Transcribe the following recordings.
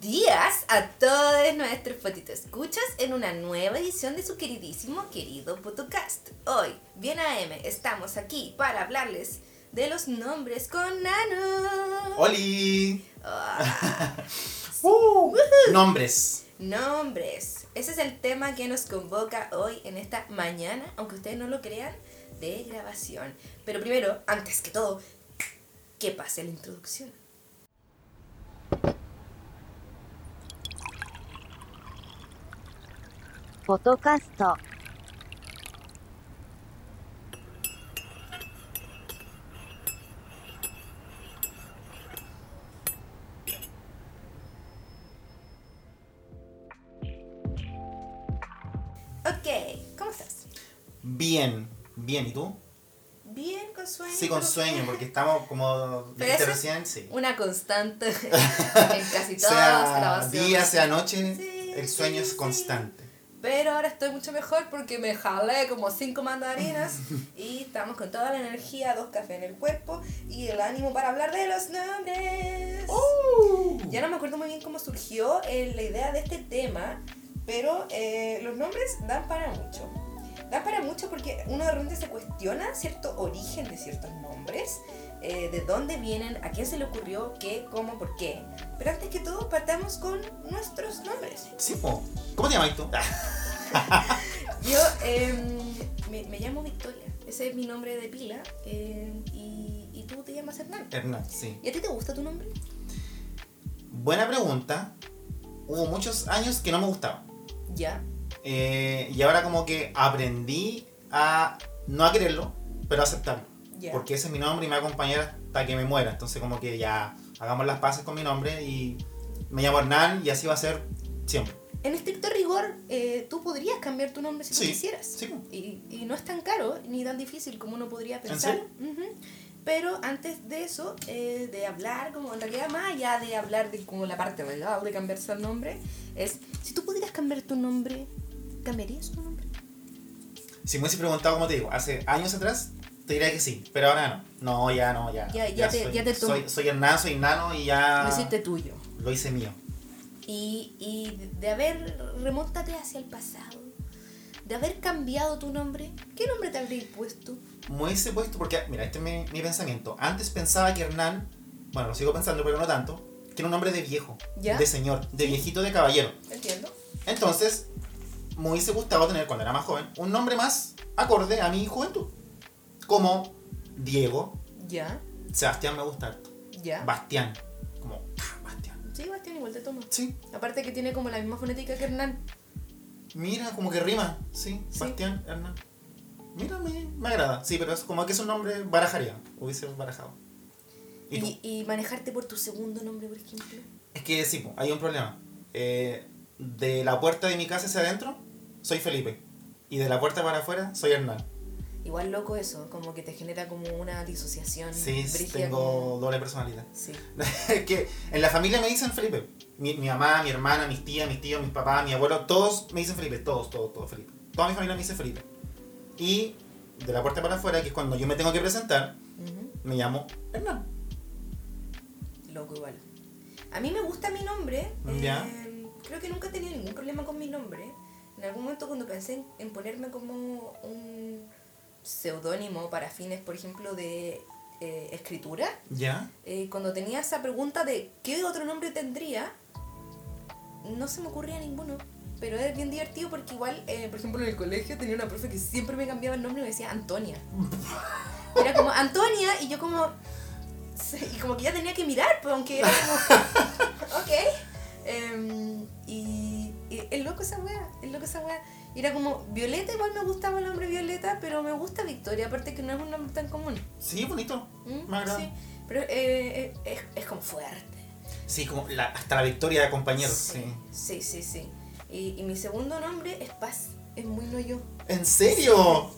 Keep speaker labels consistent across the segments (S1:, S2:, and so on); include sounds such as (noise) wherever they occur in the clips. S1: días a todos nuestros fotitos escuchas en una nueva edición de su queridísimo, querido podcast. Hoy, bien AM, estamos aquí para hablarles de los nombres con Nano. (laughs)
S2: ¡Oli!
S1: Ah,
S2: Uh, Nombres.
S1: nombres. Ese es el tema que nos convoca hoy en esta mañana, aunque ustedes no lo crean, de grabación. Pero primero, antes que todo, que pase la introducción.
S3: Fotocast.
S1: Ok, ¿cómo estás?
S2: Bien, bien. ¿Y tú?
S1: Bien, con sueño.
S2: Sí, con
S1: pero-
S2: sueño, porque estamos como
S1: Pero
S2: dijiste
S1: eso-
S2: recién, sí.
S1: una constante (laughs) en
S2: (laughs)
S1: casi todas las
S2: Sea
S1: grabaciones.
S2: día, sea noche,
S1: Sí,
S2: el sueño
S1: sí,
S2: es
S1: sí.
S2: constante.
S1: Pero ahora estoy mucho mejor porque me jalé como cinco
S2: (laughs)
S1: mandarinas y estamos con toda la energía, dos cafés en el cuerpo y el ánimo para hablar de los nombres.
S2: ¡Uh!
S1: Ya no me acuerdo muy bien cómo surgió eh, la idea de este tema, pero eh, los nombres dan para mucho. Dan para mucho porque uno de repente se cuestiona cierto origen de ciertos nombres, eh, de dónde vienen, a quién se le ocurrió, qué, cómo, por qué. Pero antes que todo, partamos con nuestros nombres.
S2: Sí, po. ¿Cómo te llamas tú? Ah,
S1: Yo em, me, me llamo Victoria, ese es mi nombre de pila, em, y, y tú te llamas Hernán.
S2: Hernán, sí.
S1: ¿Y a ti te gusta tu nombre?
S2: Buena pregunta. Hubo muchos años que no me gustaba.
S1: Ya.
S2: Eh, y ahora como que aprendí a no a quererlo, pero a aceptarlo.
S1: Ya.
S2: Porque ese es mi nombre y me va a acompañar hasta que me muera. Entonces como que ya hagamos las paces con mi nombre y me llamo Hernán y así va a ser siempre.
S1: En estricto rigor, eh, tú podrías cambiar tu nombre si tú
S2: Sí.
S1: quisieras.
S2: Sí, pues. po.
S1: Y, y no es tan caro ni tan difícil como uno podría pensar.
S2: serio?
S1: Ujú. Pero antes de eso, eh, de hablar, como en realidad más allá de hablar de como la parte legal de cambiarse el nombre, es si tú pudieras cambiar tu nombre, ¿cambiarías tu nombre?
S2: Si me hubiese preguntado, como te digo, hace años atrás, te diría que sí, pero ahora no. No, ya no, ya.
S1: Ya- ya te-
S2: soy,
S1: ya te
S2: soy,
S1: tom-
S2: soy Hernán, soy Nano y ya
S1: Lo hiciste tuyo.
S2: lo hice mío.
S1: Y, y de haber, remóntate hacia el pasado, de haber cambiado tu nombre, ¿qué nombre te habrías puesto?
S2: Me hubiese puesto, porque, mira, este es mi, mi pensamiento. Antes pensaba que Hernán, bueno, lo sigo pensando, pero no tanto, que era un nombre de viejo,
S1: ¿Ya?
S2: de señor, de viejito, de caballero.
S1: Entiendo.
S2: Entonces, me hubiese gustado tener, cuando era más joven, un nombre más acorde a mi juventud. Como Diego,
S1: Ya,
S2: Sebastián me gusta harto.
S1: ya.
S2: Bastián, como, ah, Bastián.
S1: Sí, Bastián, igual te tomo.
S2: Sí,
S1: Aparte que tiene como la misma fonética que Hernán.
S2: Mira, como que rima, sí,
S1: Sí.
S2: Bastián Hernán. Mira, me, me agrada, sí, pero es como que es un nombre barajaría, hubiese barajado. ¿Y tú?
S1: Y, y manejarte por tu segundo nombre, por ejemplo.
S2: Es que sí, po, hay un problema. Eh, de la puerta de mi casa hacia adentro, soy Felipe. Y de la puerta para afuera, soy Hernán.
S1: Igual loco eso, como que te genera como una disociación.
S2: Sí,
S1: brígida
S2: tengo
S1: como-
S2: doble personalidad.
S1: Sí.
S2: Es que en la familia me dicen Felipe. Mi, mi mamá, mi hermana, mis tías, mis tíos, mis papás, mi abuelo, todos me dicen Felipe, todos, todos, todos Felipe. Toda mi familia me dice Felipe. Y de la puerta para afuera, que es cuando yo me tengo que presentar,
S1: Ujú.
S2: me llamo Hernán.
S1: Loco igual. A mí me gusta mi nombre. eh,
S2: Ya.
S1: creo que nunca he tenido ningún problema con mi nombre. En algún momento cuando pensé en, en ponerme como un seudónimo para fines, por ejemplo, de eh, escritura,
S2: ¿Ya?
S1: eh, cuando tenía esa pregunta de qué otro nombre tendría, no se me ocurría ninguno. Pero es bien divertido porque igual, eh, por ejemplo, en el colegio tenía una profe que siempre me cambiaba el nombre y me decía Antonia. Era como Antonia y yo como... Y como que ya tenía que mirar, pues aunque era como... ok. Em, y, y es loco esa wea, es loco esa wea. Y era como Violeta, igual me gustaba el nombre Violeta, pero me gusta Victoria, aparte que no es un nombre tan común.
S2: Sí, bonito.
S1: Mm,
S2: Me agrada.
S1: Sí, pero eh, eh, es, es como fuerte.
S2: Sí, como la- hasta la victoria de compañeros. Sí.
S1: sí, sí. sí. Y, y mi segundo nombre es Paz, es muy no yo. (laughs)
S2: ¿En serio?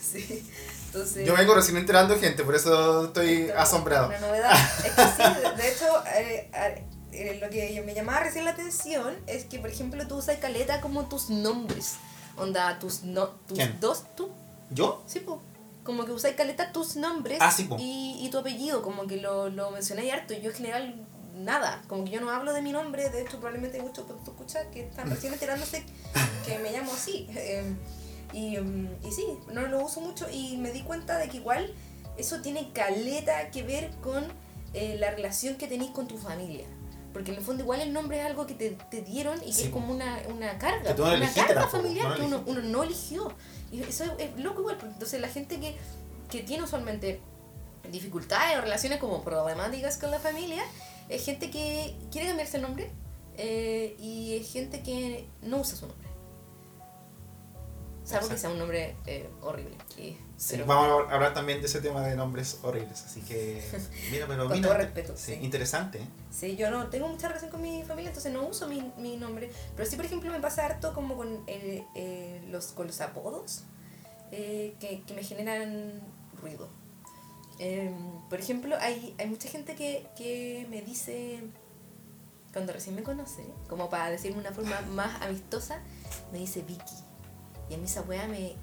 S1: Sí. Entonces,
S2: Yo vengo recién enterando gente, por eso estoy
S1: esto es
S2: asombrado.
S1: Una novedad. Es que sí, de- de hecho, eh, a- eh, lo que me llamaba recién la atención es que, por ejemplo, tú usas caleta como tus nombres. Onda, tus, no, tus
S2: ¿Quién?
S1: dos, tú.
S2: ¿Yo?
S1: Sí, po. Como que usáis caleta tus nombres
S2: Ah, sí, po.
S1: y, y tu apellido, como que lo, lo mencionáis harto. Yo en general nada. Como que yo no hablo de mi nombre, de hecho probablemente hay muchos que tú escuchas que están recién
S2: (laughs)
S1: enterándose que me llamo así. Eh, y, mm, y sí, no lo uso mucho y me di cuenta de que igual eso tiene caleta que ver con eh, la relación que tenéis con tu familia. Porque en el fondo igual el nombre es algo que te, te dieron y que
S2: Sí.
S1: es como una, una carga,
S2: Que tú no
S1: una
S2: elegiste
S1: carga
S2: tampoco,
S1: familiar
S2: no
S1: que uno,
S2: elegiste.
S1: uno no eligió. Y eso es, es loco igual. porque Entonces la gente que, que tiene usualmente dificultades o relaciones como problemáticas con la familia, es gente que quiere cambiarse el nombre eh, y es gente que no usa su nombre. Salvo que
S2: Exacto.
S1: sea un nombre eh, horrible. y-
S2: Sí,
S1: pero-
S2: Vamos a hablar también de ese tema de nombres horribles, así que. Mira,
S1: (laughs)
S2: pero
S1: Con
S2: mira,
S1: todo respeto,
S2: sí,
S1: sí.
S2: interesante. ¿eh?
S1: Sí, yo no tengo mucha relación con mi familia, entonces no uso mi, mi nombre. Pero sí, por ejemplo, me pasa harto como con, el- eh, los, con los apodos eh, que, que me generan ruido. Em, por ejemplo, hay, hay mucha gente que, que me dice, cuando recién me conoce, como para decirme de una forma más amistosa, me dice Vicky. Y a mí esa weá me,
S2: ¿eh?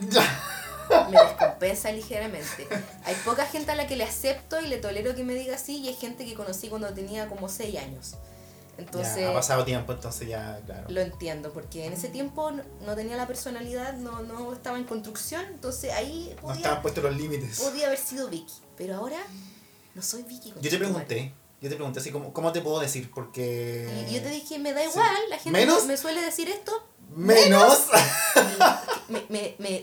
S1: (laughs) me descompensa (laughs) ligeramente. Hay poca gente a la que le acepto y le tolero que me diga así, y hay gente que conocí cuando tenía como 6 años. Entonces,
S2: ya, ha pasado tiempo, entonces ya, claro.
S1: lo entiendo, porque en ese tiempo no, no tenía la personalidad, no, no estaba en construcción, entonces ahí
S2: No
S1: podía,
S2: estaban puestos los límites.
S1: podía haber sido Vicky. Pero ahora no soy Vicky.
S2: Yo te
S1: conchetumare.
S2: pregunté, yo te pregunté así, ¿cómo, cómo te puedo decir? Porque.
S1: Y yo te dije, me da
S2: Sí.
S1: igual, la gente
S2: Menos-
S1: me suele decir esto,
S2: Menos.
S1: me, me, me,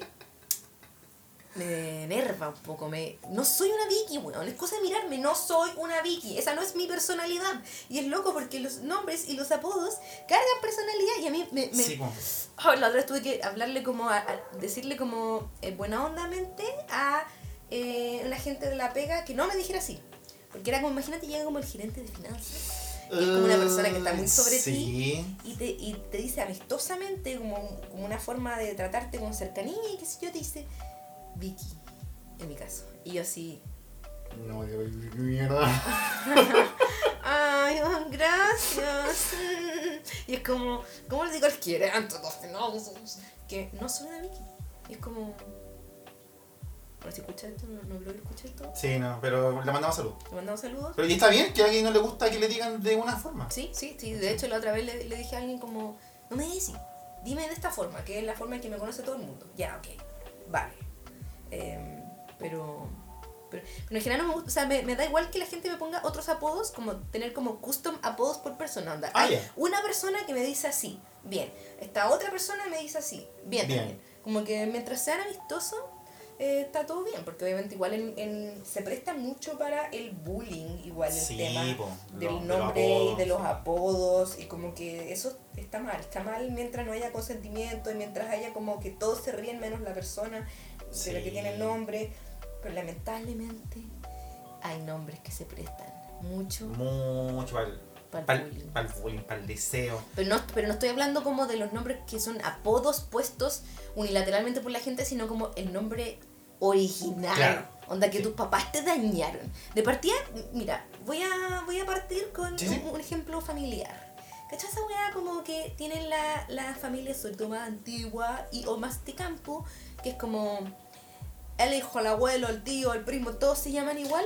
S1: me enerva un poco. Me, no soy una Vicky, weón. Es cosa de mirarme. No soy una Vicky. Esa no es mi personalidad. Y es loco porque los nombres y los apodos cargan personalidad. Y a mí me. me-
S2: (laughs) Sí, como-
S1: Oh, la otra vez tuve que hablarle como. A, a- decirle como eh, buena onda mente a eh, la gente de la pega que no me dijera así. Porque era como, imagínate, llega como el gerente de finanzas como una persona que está muy sobre
S2: sí. ti.
S1: y te, y te dice amistosamente, como, como una forma de tratarte con cercanía y qué sé yo, te dice Vicky, en mi caso. Y yo así,
S2: No, yo- mierda. (laughs)
S1: ay, oh, gracias. (laughs) Y es como, ¿cómo le digo al quiere? Antes dos tenazos, Que no soy una Vicky. Y es como, bueno, si escucha esto, no, no creo que escuche esto.
S2: Sí, no, pero le mandamos salud.
S1: Le mandamos saludos.
S2: Pero y está bien que a alguien no le gusta que le digan de una forma.
S1: Sí, sí, sí. De hecho, la otra vez le, le dije a alguien como, no me digas, así, dime de esta forma, que es la forma en que me conoce todo el mundo. Ya, ok, vale. Em, pero, pero, pero en general no me gusta, o sea, me, me da igual que la gente me ponga otros apodos, como tener como custom apodos por persona. Onda,
S2: Ah,
S1: hay
S2: ya.
S1: una persona que me dice así, bien. Esta otra persona me dice así, bien,
S2: Bien.
S1: también. Como que mientras sean amistosos, eh, está todo bien, porque obviamente igual en, en- se presta mucho para el bullying, igual el
S2: Sí,
S1: tema
S2: po,
S1: del
S2: lo- de los
S1: nombre y de los
S2: apodos.
S1: apodos y como que eso está mal, está mal mientras no haya consentimiento y mientras haya como que todos se ríen menos la persona
S2: Sí.
S1: de la que tiene el nombre, pero lamentablemente hay nombres que se prestan mucho
S2: Mucho para
S1: para
S2: Para
S1: el bullying.
S2: el bullying, para el deseo.
S1: Pero no, pero no estoy hablando como de los nombres que son apodos puestos unilateralmente por la gente, sino como el nombre original.
S2: Claro.
S1: Onda que
S2: Sí.
S1: tus papás te dañaron. De partida, m- mira, voy a, voy a partir con
S2: Sí, sí.
S1: Un, un ejemplo familiar. ¿Cachai esa weá como que tienen la- las familias, sobre todo más antiguas y, o más de campo, que es como el hijo, el abuelo, el tío, el primo, todos se llaman igual?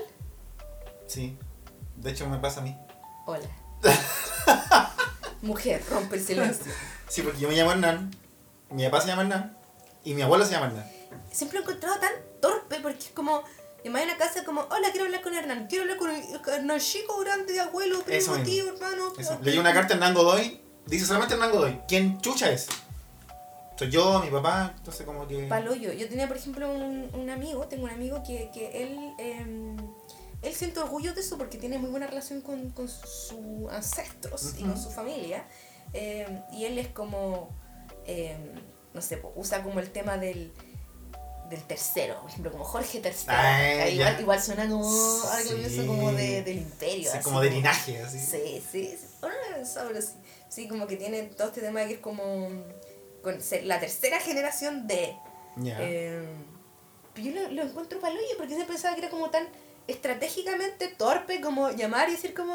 S2: Sí. De hecho, me pasa a mí. (laughs)
S1: Hola. Mujer, rompe el silencio.
S2: Sí, porque yo me llamo Hernán, mi papá se llama Hernán y mi abuelo se llama Hernán.
S1: siempre lo he encontrado tan torpe porque es como me imagino a casa como hola quiero hablar con Hernán quiero hablar con Hernán chico grande abuelo primo
S2: Eso mismo.
S1: tío hermano
S2: Eso.
S1: no".
S2: Le llega una carta a Hernán Godoy, dice solamente Hernán Godoy. ¿Quién chucha es? Soy yo, mi papá, entonces como que...
S1: Paloyo. Yo tenía, por ejemplo, un, un amigo, tengo un amigo que, que él, eh, él siente orgullo de eso porque tiene muy buena relación con, con sus ancestros y con
S2: Ujú.
S1: su familia. Eh, y él es como, eh, no sé, po, usa como el tema del, del tercero, por ejemplo, como Jorge tercero.
S2: Ah,
S1: igual,
S2: ya.
S1: igual suena como algo de eso como de-
S2: Sí.
S1: del imperio.
S2: Sí,
S1: así
S2: como de linaje, así.
S1: Sí, sí, sí. Una sobre- sí, como que tiene todo este tema que es como con ser la tercera generación de...
S2: Ya.
S1: Eh, pero yo lo, lo encuentro paloyo porque siempre pensaba que era como tan estratégicamente torpe como llamar y decir como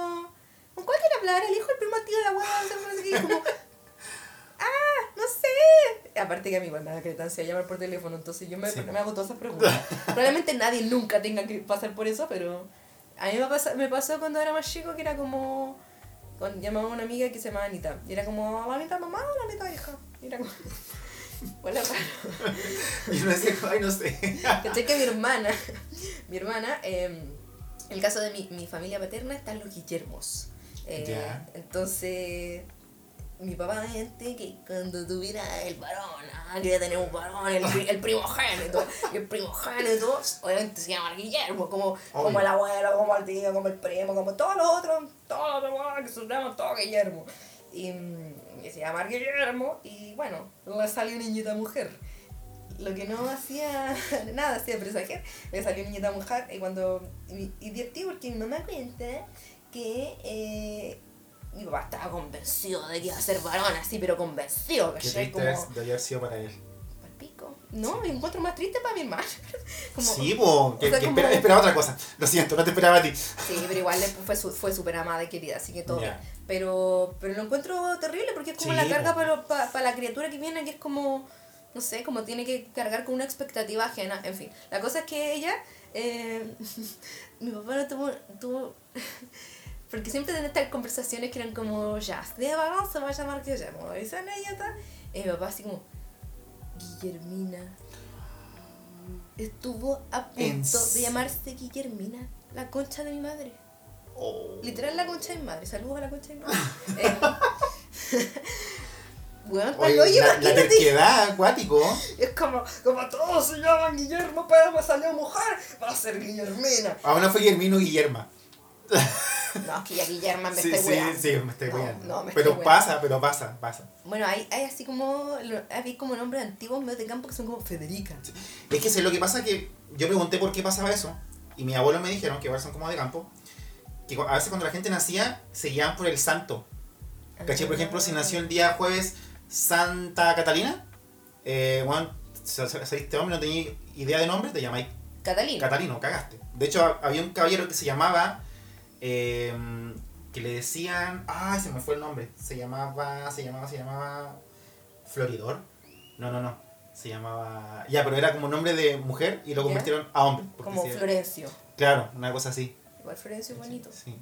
S1: ¿con cuál quiere hablar? El hijo, el primo, el tío, la abuela, no sé qué, y
S2: (laughs)
S1: como ¡ah! ¡no sé! Aparte que a mí igual me da cretancia llamar por teléfono entonces yo me,
S2: Sí.
S1: me hago todas esas preguntas probablemente nadie nunca tenga que pasar por eso pero A mí me pasó, me pasó cuando era más chico que era como. Con, llamaba a una amiga que se llamaba Anita. Y era como, ¿la mitad mamá o la mitad hija? Y era como. (laughs) Hola, raro.
S2: (laughs) Y uno decía, ay,
S1: (laughs)
S2: no sé. (laughs)
S1: Pensé que mi hermana, (laughs) mi hermana, eh, en el caso de mi, mi familia paterna están los Guillermos. Eh,
S2: Ya.
S1: Entonces, mi papá me dice que cuando tuviera el varón, ah, que iba a tener un varón, el, pri- el primogénito,
S2: (laughs)
S1: y el primogénito, obviamente se llama Guillermo, como, como
S2: Obvio.
S1: el abuelo, como el tío, como el primo, como todos los otros, todos los demás que se llaman todos Guillermo. Y, mm, y se llama Guillermo, y bueno, le salió niñita mujer. Lo que no hacía (laughs) nada, hacía presagiar. Me salió niñita mujer y cuando. Y, y divertido porque mi mamá cuenta que eh, mi papá estaba convencido de que iba a ser varón así, pero convencido,
S2: Qué
S1: ¿cachai?
S2: triste
S1: Como.
S2: es de haber sido para él.
S1: "Pal pico". No, me encuentro más triste para mi hermano. (laughs) Como,
S2: sí, po, que,
S1: sea,
S2: que
S1: como-
S2: espera- esperaba otra cosa. Lo siento, no te esperaba a ti.
S1: Sí, pero igual después fue su- fue súper amada y querida, así que todo.
S2: Ya.
S1: bien. Pero, pero lo encuentro terrible porque es como
S2: Sí,
S1: la carga
S2: po.
S1: para, lo- pa- para la criatura que viene, que es como, no sé, como tiene que cargar con una expectativa ajena. En fin, la cosa es que ella, eh, (laughs) mi papá no tuvo, tuvo (laughs) porque siempre tenía estas conversaciones que eran como, ya, de varón se va a llamar que ya, como dicen ella, tal. Y mi papá así como, Guillermina. Estuvo a
S2: ¿En
S1: punto de
S2: serio?
S1: llamarse Guillermina, la concha de mi madre.
S2: Oh.
S1: Literal la concha de mi madre. Saludos a la concha de mi
S2: (laughs)
S1: madre. Eh, (laughs) Weón, pa'l
S2: Oye,
S1: hoyo,
S2: la, la
S1: imagínate.
S2: terquedad acuático.
S1: Es como, como todos se llaman Guillermo, pero me salió mujer, va a ser Guillermina.
S2: Aún no fue Guillermino Guillerma.
S1: No, es que ya Guillermo Ah, me
S2: Sí,
S1: está
S2: sí,
S1: weando.
S2: sí, me estoy
S1: No,
S2: weando.
S1: no, me
S2: pero
S1: estoy
S2: pasa, pero pasa, pasa.
S1: Bueno, hay, hay así como, lo- hay como nombres antiguos medios de campo que son como Federica.
S2: Es que sé, lo que pasa es que yo pregunté por qué pasaba eso. Y mis abuelos me dijeron, que igual son como de campo, que cu- a veces cuando la gente nacía, se guiaban por el santo. ¿Cachai? Por ejemplo, si nació el día jueves Santa Catalina, eh, bueno, este hombre no tenía idea de nombre, te llamáis
S1: Catalina.
S2: Catalino, cagaste. De hecho, ha- había un caballero que se llamaba. eh, que le decían. Ay, se me fue el nombre. Se llamaba. Se llamaba. Se llamaba. Floridor. No, no, no. Se llamaba. Ya, pero era como nombre de mujer y lo
S1: ¿Ya?
S2: convirtieron a hombre. porque
S1: como
S2: se-
S1: Florencio.
S2: Claro, una cosa así.
S1: Igual Florencio es bonito.
S2: Sí.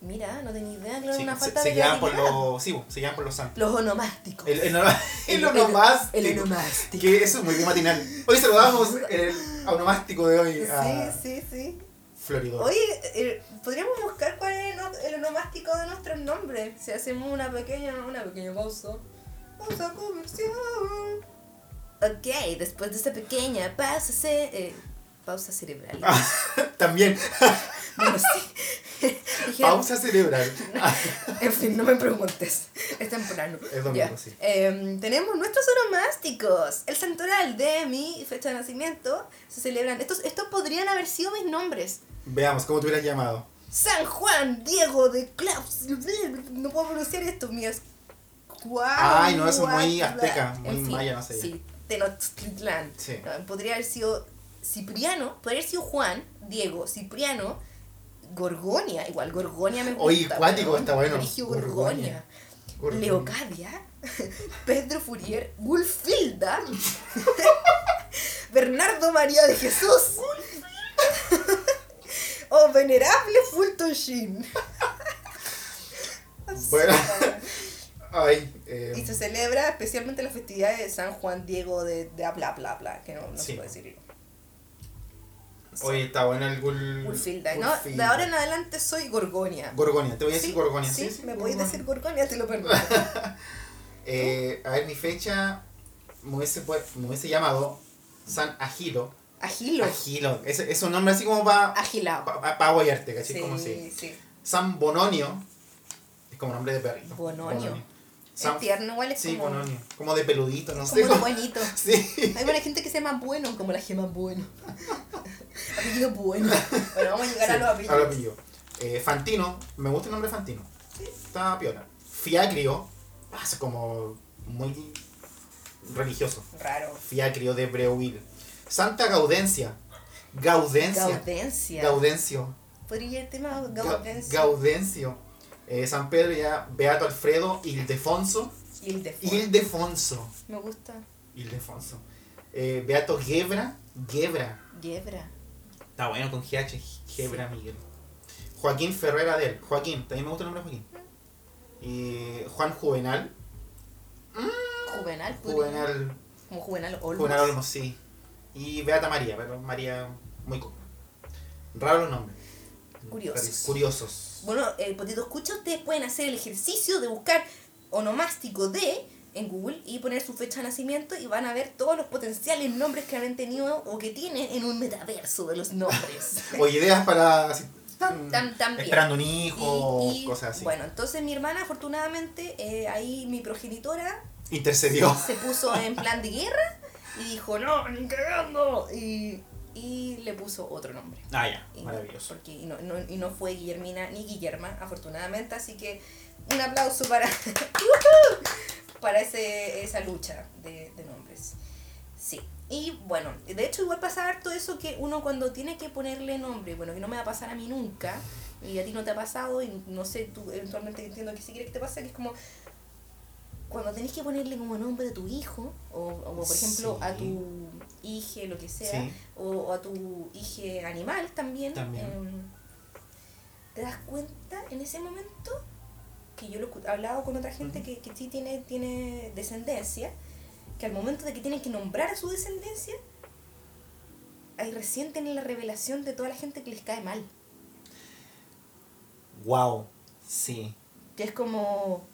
S1: Mira, no tenía idea, claro,
S2: Sí,
S1: una
S2: se-
S1: falta
S2: se,
S1: de
S2: guiaban por
S1: creatividad.
S2: los. Sí, se guiaban por los
S1: (laughs)
S2: santos.
S1: Los onomásticos.
S2: El, el, el
S1: (laughs) El-
S2: onomástico.
S1: El onomástico.
S2: Que eso es muy bien matinal. Hoy saludamos
S1: (laughs)
S2: el onomástico de hoy a
S1: Sí, sí, sí.
S2: Floridor.
S1: Oye, eh, podríamos buscar cuál es el no- el onomástico de nuestros nombres. Si hacemos una pequeña, una pequeña pausa. Pausa comercial. Ok, después de esta pequeña pausa, ce- eh, pausa cerebral.
S2: Ah.
S1: (laughs)
S2: También,
S1: Bueno,
S2: (laughs)
S1: sí. Dije, (laughs)
S2: pausa cerebral.
S1: En fin, no me preguntes. Es temprano.
S2: Es domingo,
S1: Ya.
S2: sí.
S1: Em, tenemos nuestros onomásticos. El santoral de mi fecha de nacimiento se celebran. Estos, estos podrían haber sido mis nombres.
S2: Veamos, ¿cómo te hubieras llamado?
S1: San Juan Diego de Claus. No puedo pronunciar esto, mías.
S2: Ay, no, eso es muy azteca, muy maya, no sé.
S1: Sí, Tenochtitlán.
S2: Sí.
S1: No, podría haber sido Cipriano, podría haber sido Juan, Diego, Cipriano, Gorgonia. Igual, Gorgonia me gusta.
S2: Oye, cuático,
S1: weón.
S2: está bueno.
S1: Brigio
S2: Gorgonia.
S1: Gorgonia. Leocadia, (laughs) Pedro Fourier,
S2: (laughs)
S1: Wulfilda, Bernardo María de Jesús. (laughs) o venerable Fulton
S2: (laughs)
S1: Sheen.
S2: Bueno, (laughs) ay, eh,
S1: Y se celebra especialmente la festividad de San Juan Diego de, de bla bla bla, que no, no
S2: Sí.
S1: se puede decir.
S2: oye, está bueno el gul...
S1: Wulfilda. ¿no? De ahora en adelante soy Gorgonia.
S2: Mm. Gorgonia, te voy a decir
S1: Sí,
S2: Gorgonia.
S1: Sí, me
S2: Gorgonia.
S1: podéis decir Gorgonia, te lo permito.
S2: (laughs) Eh, a ver, mi fecha me hubiese, pu- me hubiese llamado San Agilo.
S1: Agilo.
S2: Agilo, es, es un nombre así como para
S1: Agilao.
S2: pa, pa, pa guayarte, ¿cachai?
S1: Sí,
S2: Como así.
S1: sí.
S2: San Bononio, es como nombre de perrito.
S1: Bononio.
S2: San,
S1: Es tierno, igual es
S2: sí,
S1: como.
S2: Bononio. Como de peludito, no
S1: Como
S2: sé.
S1: lo
S2: cómo-
S1: bonito.
S2: (laughs) Sí.
S1: Hay buena gente que se llama bueno, como la gema bueno. (laughs) Apellido bueno. Bueno, vamos a llegar a los
S2: Sí,
S1: apellidos.
S2: ahora pillo. Eh, Fantino, me gusta el nombre Fantino. Está piola. Fiacrio, ah, es como muy religioso.
S1: Raro.
S2: Fiacrio de Breuil. Santa Gaudencia. Gaudencia.
S1: Gaudencia.
S2: Gaudencio.
S1: Podría el tema
S2: Ga-
S1: Gaudencia.
S2: Gaudencio. Eh, San Pedro ya, Beato Alfredo, Ildefonso.
S1: Ildefonso.
S2: Ildefonso.
S1: Me gusta.
S2: Ildefonso. Eh, Beato Gebra. Gebra.
S1: Yebra.
S2: Está bueno con GH, Gebra Miguel. Joaquín Ferrer Adel. Joaquín, también me gusta el nombre de Joaquín. Y Juan Juvenal.
S1: Juvenal, podría-
S2: Juvenal,
S1: Como Juvenal Olmos.
S2: Juvenal Olmos, sí. Y Beata María, pero María muy cool. Raros los nombres.
S1: Curiosos.
S2: Curiosos.
S1: Bueno, eh, potito escucha, ustedes pueden hacer el ejercicio de buscar onomástico de en Google y poner su fecha de nacimiento y van a ver todos los potenciales nombres que han tenido o que tienen en un metaverso de los
S2: (laughs)
S1: nombres.
S2: O ideas para. si están
S1: tam- también.
S2: Mm, Esperando un hijo,
S1: Y- y,
S2: cosas así.
S1: Bueno, entonces mi hermana, afortunadamente, eh, ahí mi progenitora
S2: Intercedió.
S1: se puso en plan de guerra y dijo, no, ni cagando. Y, y le puso otro nombre.
S2: Ah, ya,
S1: Y no-
S2: maravilloso.
S1: porque- y, no, no- y no fue Guillermina ni Guillerma, afortunadamente. Así que un aplauso para, (laughs) ¡Yujú! para ese, esa lucha de, de nombres. Sí. Y bueno, de hecho igual pasa harto eso que uno cuando tiene que ponerle nombre, bueno, que no me va a pasar a mí nunca, y a ti no te ha pasado, y no sé, tú eventualmente entiendo que si quieres que te pase, que es como cuando tenés que ponerle como nombre a tu hijo, o, o por ejemplo a
S2: Sí.
S1: tu hije, lo que sea,
S2: Sí.
S1: o, o a tu hije animal también,
S2: También.
S1: em, te das cuenta en ese momento que yo lo escu- he hablado con otra gente que, que sí tiene, tiene descendencia, que al momento de que tienen que nombrar a su descendencia, ahí recién tienen la revelación de toda la gente que les cae mal.
S2: Wow. Sí.
S1: Que es como,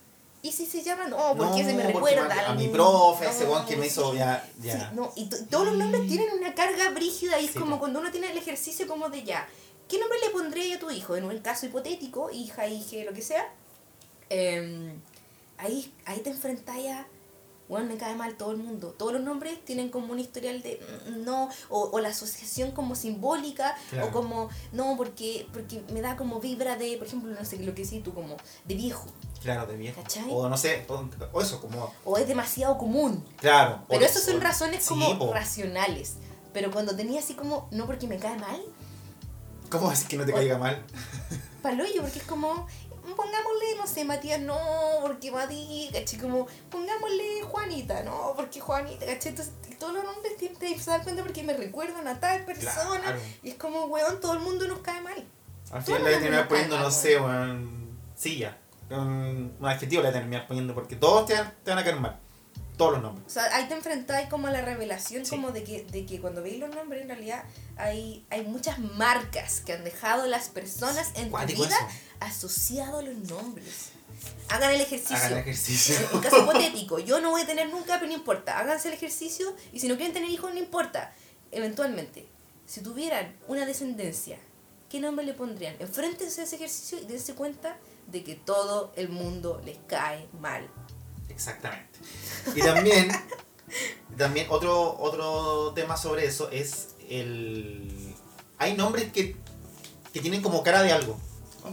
S1: ¿y si se llaman? No, porque se me
S2: porque
S1: recuerda. Oh,
S2: a- A mi
S1: algún-
S2: profe,
S1: no,
S2: ese weón que me hizo.
S1: sí,
S2: Ya,
S1: sí,
S2: ya.
S1: no, y to- todos los nombres tienen una carga brígida y es
S2: Sí,
S1: como
S2: po.
S1: cuando uno tiene el ejercicio como de ya, ¿qué nombre le pondría a tu hijo? En un caso hipotético, hija, hije, lo que sea. em, ahí, ahí te enfrentas a... Bueno, me cae mal todo el mundo. Todos los nombres tienen como un historial de mm, no, o, o la asociación como simbólica,
S2: Claro.
S1: o como no, porque porque me da como vibra de, por ejemplo, no sé lo que sí, tú como de viejo,
S2: Claro, de viejo.
S1: ¿Cachai?
S2: O no sé, o, o eso, como.
S1: o es demasiado común.
S2: Claro.
S1: Pero
S2: o-
S1: esas son
S2: o-
S1: razones
S2: sí,
S1: como
S2: po.
S1: racionales. Pero cuando tenía así como, no porque me cae mal,
S2: ¿Cómo así que no te caiga mal?
S1: paloyo, porque es como, pongámosle, no sé, Matías, no, porque Matías, caché, como, pongámosle Juanita, no, porque Juanita, caché, entonces todos los nombres te, te vas a dar cuenta porque me recuerdan a tal persona.
S2: Claro.
S1: Y es como, weón, todo el mundo nos cae mal.
S2: Al
S1: Todo
S2: final le voy a
S1: el mundo
S2: terminar
S1: nos
S2: poniendo,
S1: cae
S2: no
S1: mal,
S2: sé, un. Silla. Un, un adjetivo le voy a terminar poniendo porque todos te, van- te van a caer mal. Todos los nombres.
S1: O sea, ahí te enfrentáis como a la revelación
S2: Sí.
S1: como de que, de que cuando veis los nombres en realidad hay, hay muchas marcas que han dejado las personas en tu
S2: Cuático
S1: vida
S2: eso.
S1: asociado a los nombres. Hagan el ejercicio.
S2: Hagan el ejercicio.
S1: (laughs) En caso hipotético, yo no voy a tener nunca, pero no importa. Háganse el ejercicio y si no quieren tener hijos, no importa. Eventualmente, si tuvieran una descendencia, ¿qué nombre le pondrían? Enfréntense a ese ejercicio y dense cuenta de que todo el mundo les cae mal.
S2: Exactamente.
S1: (laughs)
S2: Y también, también otro, otro tema sobre eso es el... Hay nombres que, que tienen como cara de algo.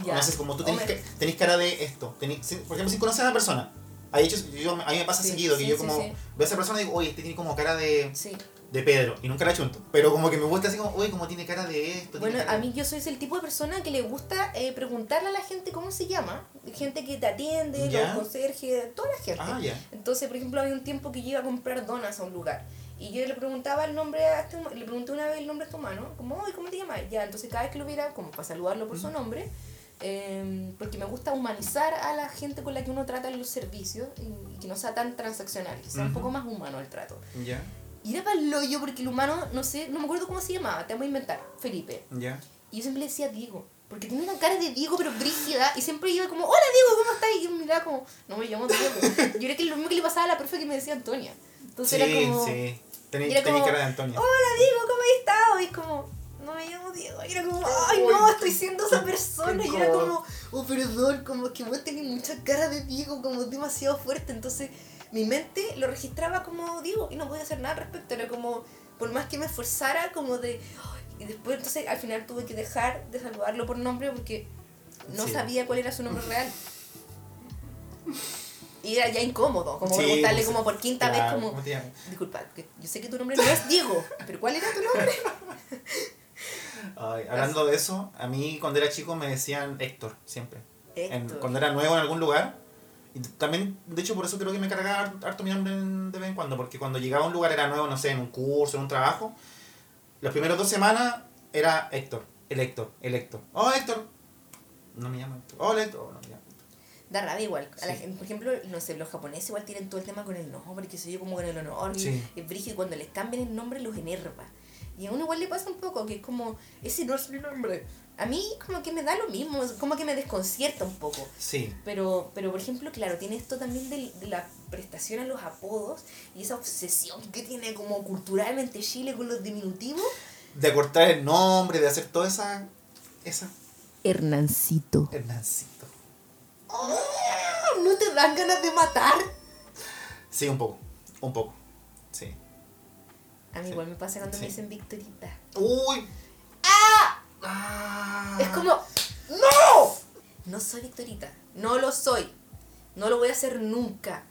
S1: Ya.
S2: No sé, como tú tenés,
S1: Hombre.
S2: ca- tenés cara de esto. Tenés- si- por ejemplo, si conoces a una persona. Hay hechos, yo, a mí me pasa
S1: Sí,
S2: seguido que
S1: sí,
S2: yo
S1: sí,
S2: como
S1: sí.
S2: veo a esa persona y digo, oye, este tiene como cara de,
S1: Sí.
S2: de Pedro. Y nunca la chunto. Pero como que me gusta así como, oye, como tiene cara de esto. tiene
S1: Bueno,
S2: cara
S1: a
S2: de-".
S1: mí yo soy el tipo de persona que le gusta eh, preguntarle a la gente cómo se llama, gente que te atiende,
S2: Ya.
S1: los conserjes, toda la gente.
S2: Ah, ya.
S1: Entonces, por ejemplo, había un tiempo que yo iba a comprar donas a un lugar y yo le preguntaba el nombre a este huma- le pregunté una vez el nombre a este humano, como, "Oy, ¿cómo te llamas? Ya, entonces cada vez que lo viera, como para saludarlo por
S2: Mm.
S1: su nombre, eh, porque me gusta humanizar a la gente con la que uno trata en los servicios y, y que no sea tan transaccional, que sea un
S2: Ujú.
S1: poco más humano el trato.
S2: Ya,
S1: Y era para el hoyo porque el humano, no sé, no me acuerdo cómo se llamaba, te voy a inventar, Felipe.
S2: ya.
S1: Y yo siempre le decía Diego, porque tenía una cara de Diego pero brígida y siempre iba como, hola Diego, ¿cómo estás? Y yo miraba como, no me llamo Diego. Yo era que lo mismo que le pasaba a la profe que me decía Antonia. Entonces
S2: sí,
S1: era como,
S2: sí. Tenés,
S1: era
S2: tenés
S1: como, "Oh,
S2: cara de Antonio.
S1: hola Diego, ¿cómo has estado? Y es como, no me llamo Diego. Y era como, ay no,
S2: Ay,
S1: estoy siendo esa persona. Y era
S2: incómodo.
S1: como, oh perdón, como que vos tenés mucha cara de Diego, como demasiado fuerte. Entonces mi mente lo registraba como Diego y no podía hacer nada al respecto. Era como, por más que me esforzara, como de... "Ay", Y después entonces al final tuve que dejar de saludarlo por nombre porque no
S2: Sí.
S1: sabía cuál era su nombre real. Y era ya incómodo, como
S2: Sí,
S1: preguntarle
S2: sí.
S1: como por quinta
S2: Claro,
S1: vez como...
S2: ¿cómo te llamas?
S1: Disculpa, que yo sé que tu nombre no es Diego, pero ¿cuál era tu nombre?
S2: Ay, hablando de eso, a mí cuando era chico me decían Héctor, siempre. En-
S1: Héctor.
S2: cuando era nuevo en algún lugar. Y t- también, de hecho, por eso creo que me cargaba har- harto mi nombre en- de vez en cuando, porque cuando llegaba a un lugar era nuevo, no sé, en un curso, en un trabajo, las primeras dos semanas era Héctor, el Héctor, el Héctor. Oh, Héctor. No me llamo Héctor. Oh, Héctor. Oh, no me llamo.
S1: Da rabia igual. A la
S2: Sí.
S1: gente- por ejemplo, no sé, los japoneses igual tienen todo el tema con el nombre, que se yo como con el honor. y
S2: Sí.
S1: Es brígido y cuando les cambian el nombre los enerva. Y a uno igual le pasa un poco, que es como, ese no es mi nombre. A mí como que me da lo mismo, es como que me desconcierta un poco.
S2: Sí.
S1: Pero, pero por ejemplo, claro, tiene esto también del- de la prestación a los apodos y esa obsesión que tiene como culturalmente Chile con los diminutivos.
S2: De acortar el nombre, de hacer toda esa. Esa.
S1: Hernancito.
S2: Hernancito.
S1: ¿No te dan ganas de matar?
S2: Sí, un poco. Un poco. Sí.
S1: A mí
S2: Sí.
S1: igual me pasa cuando
S2: Sí.
S1: me dicen Victorita.
S2: Uy.
S1: ¡Ah!
S2: Ah.
S1: Es como, ¡No! No soy Victorita. No lo soy. No lo voy a hacer nunca.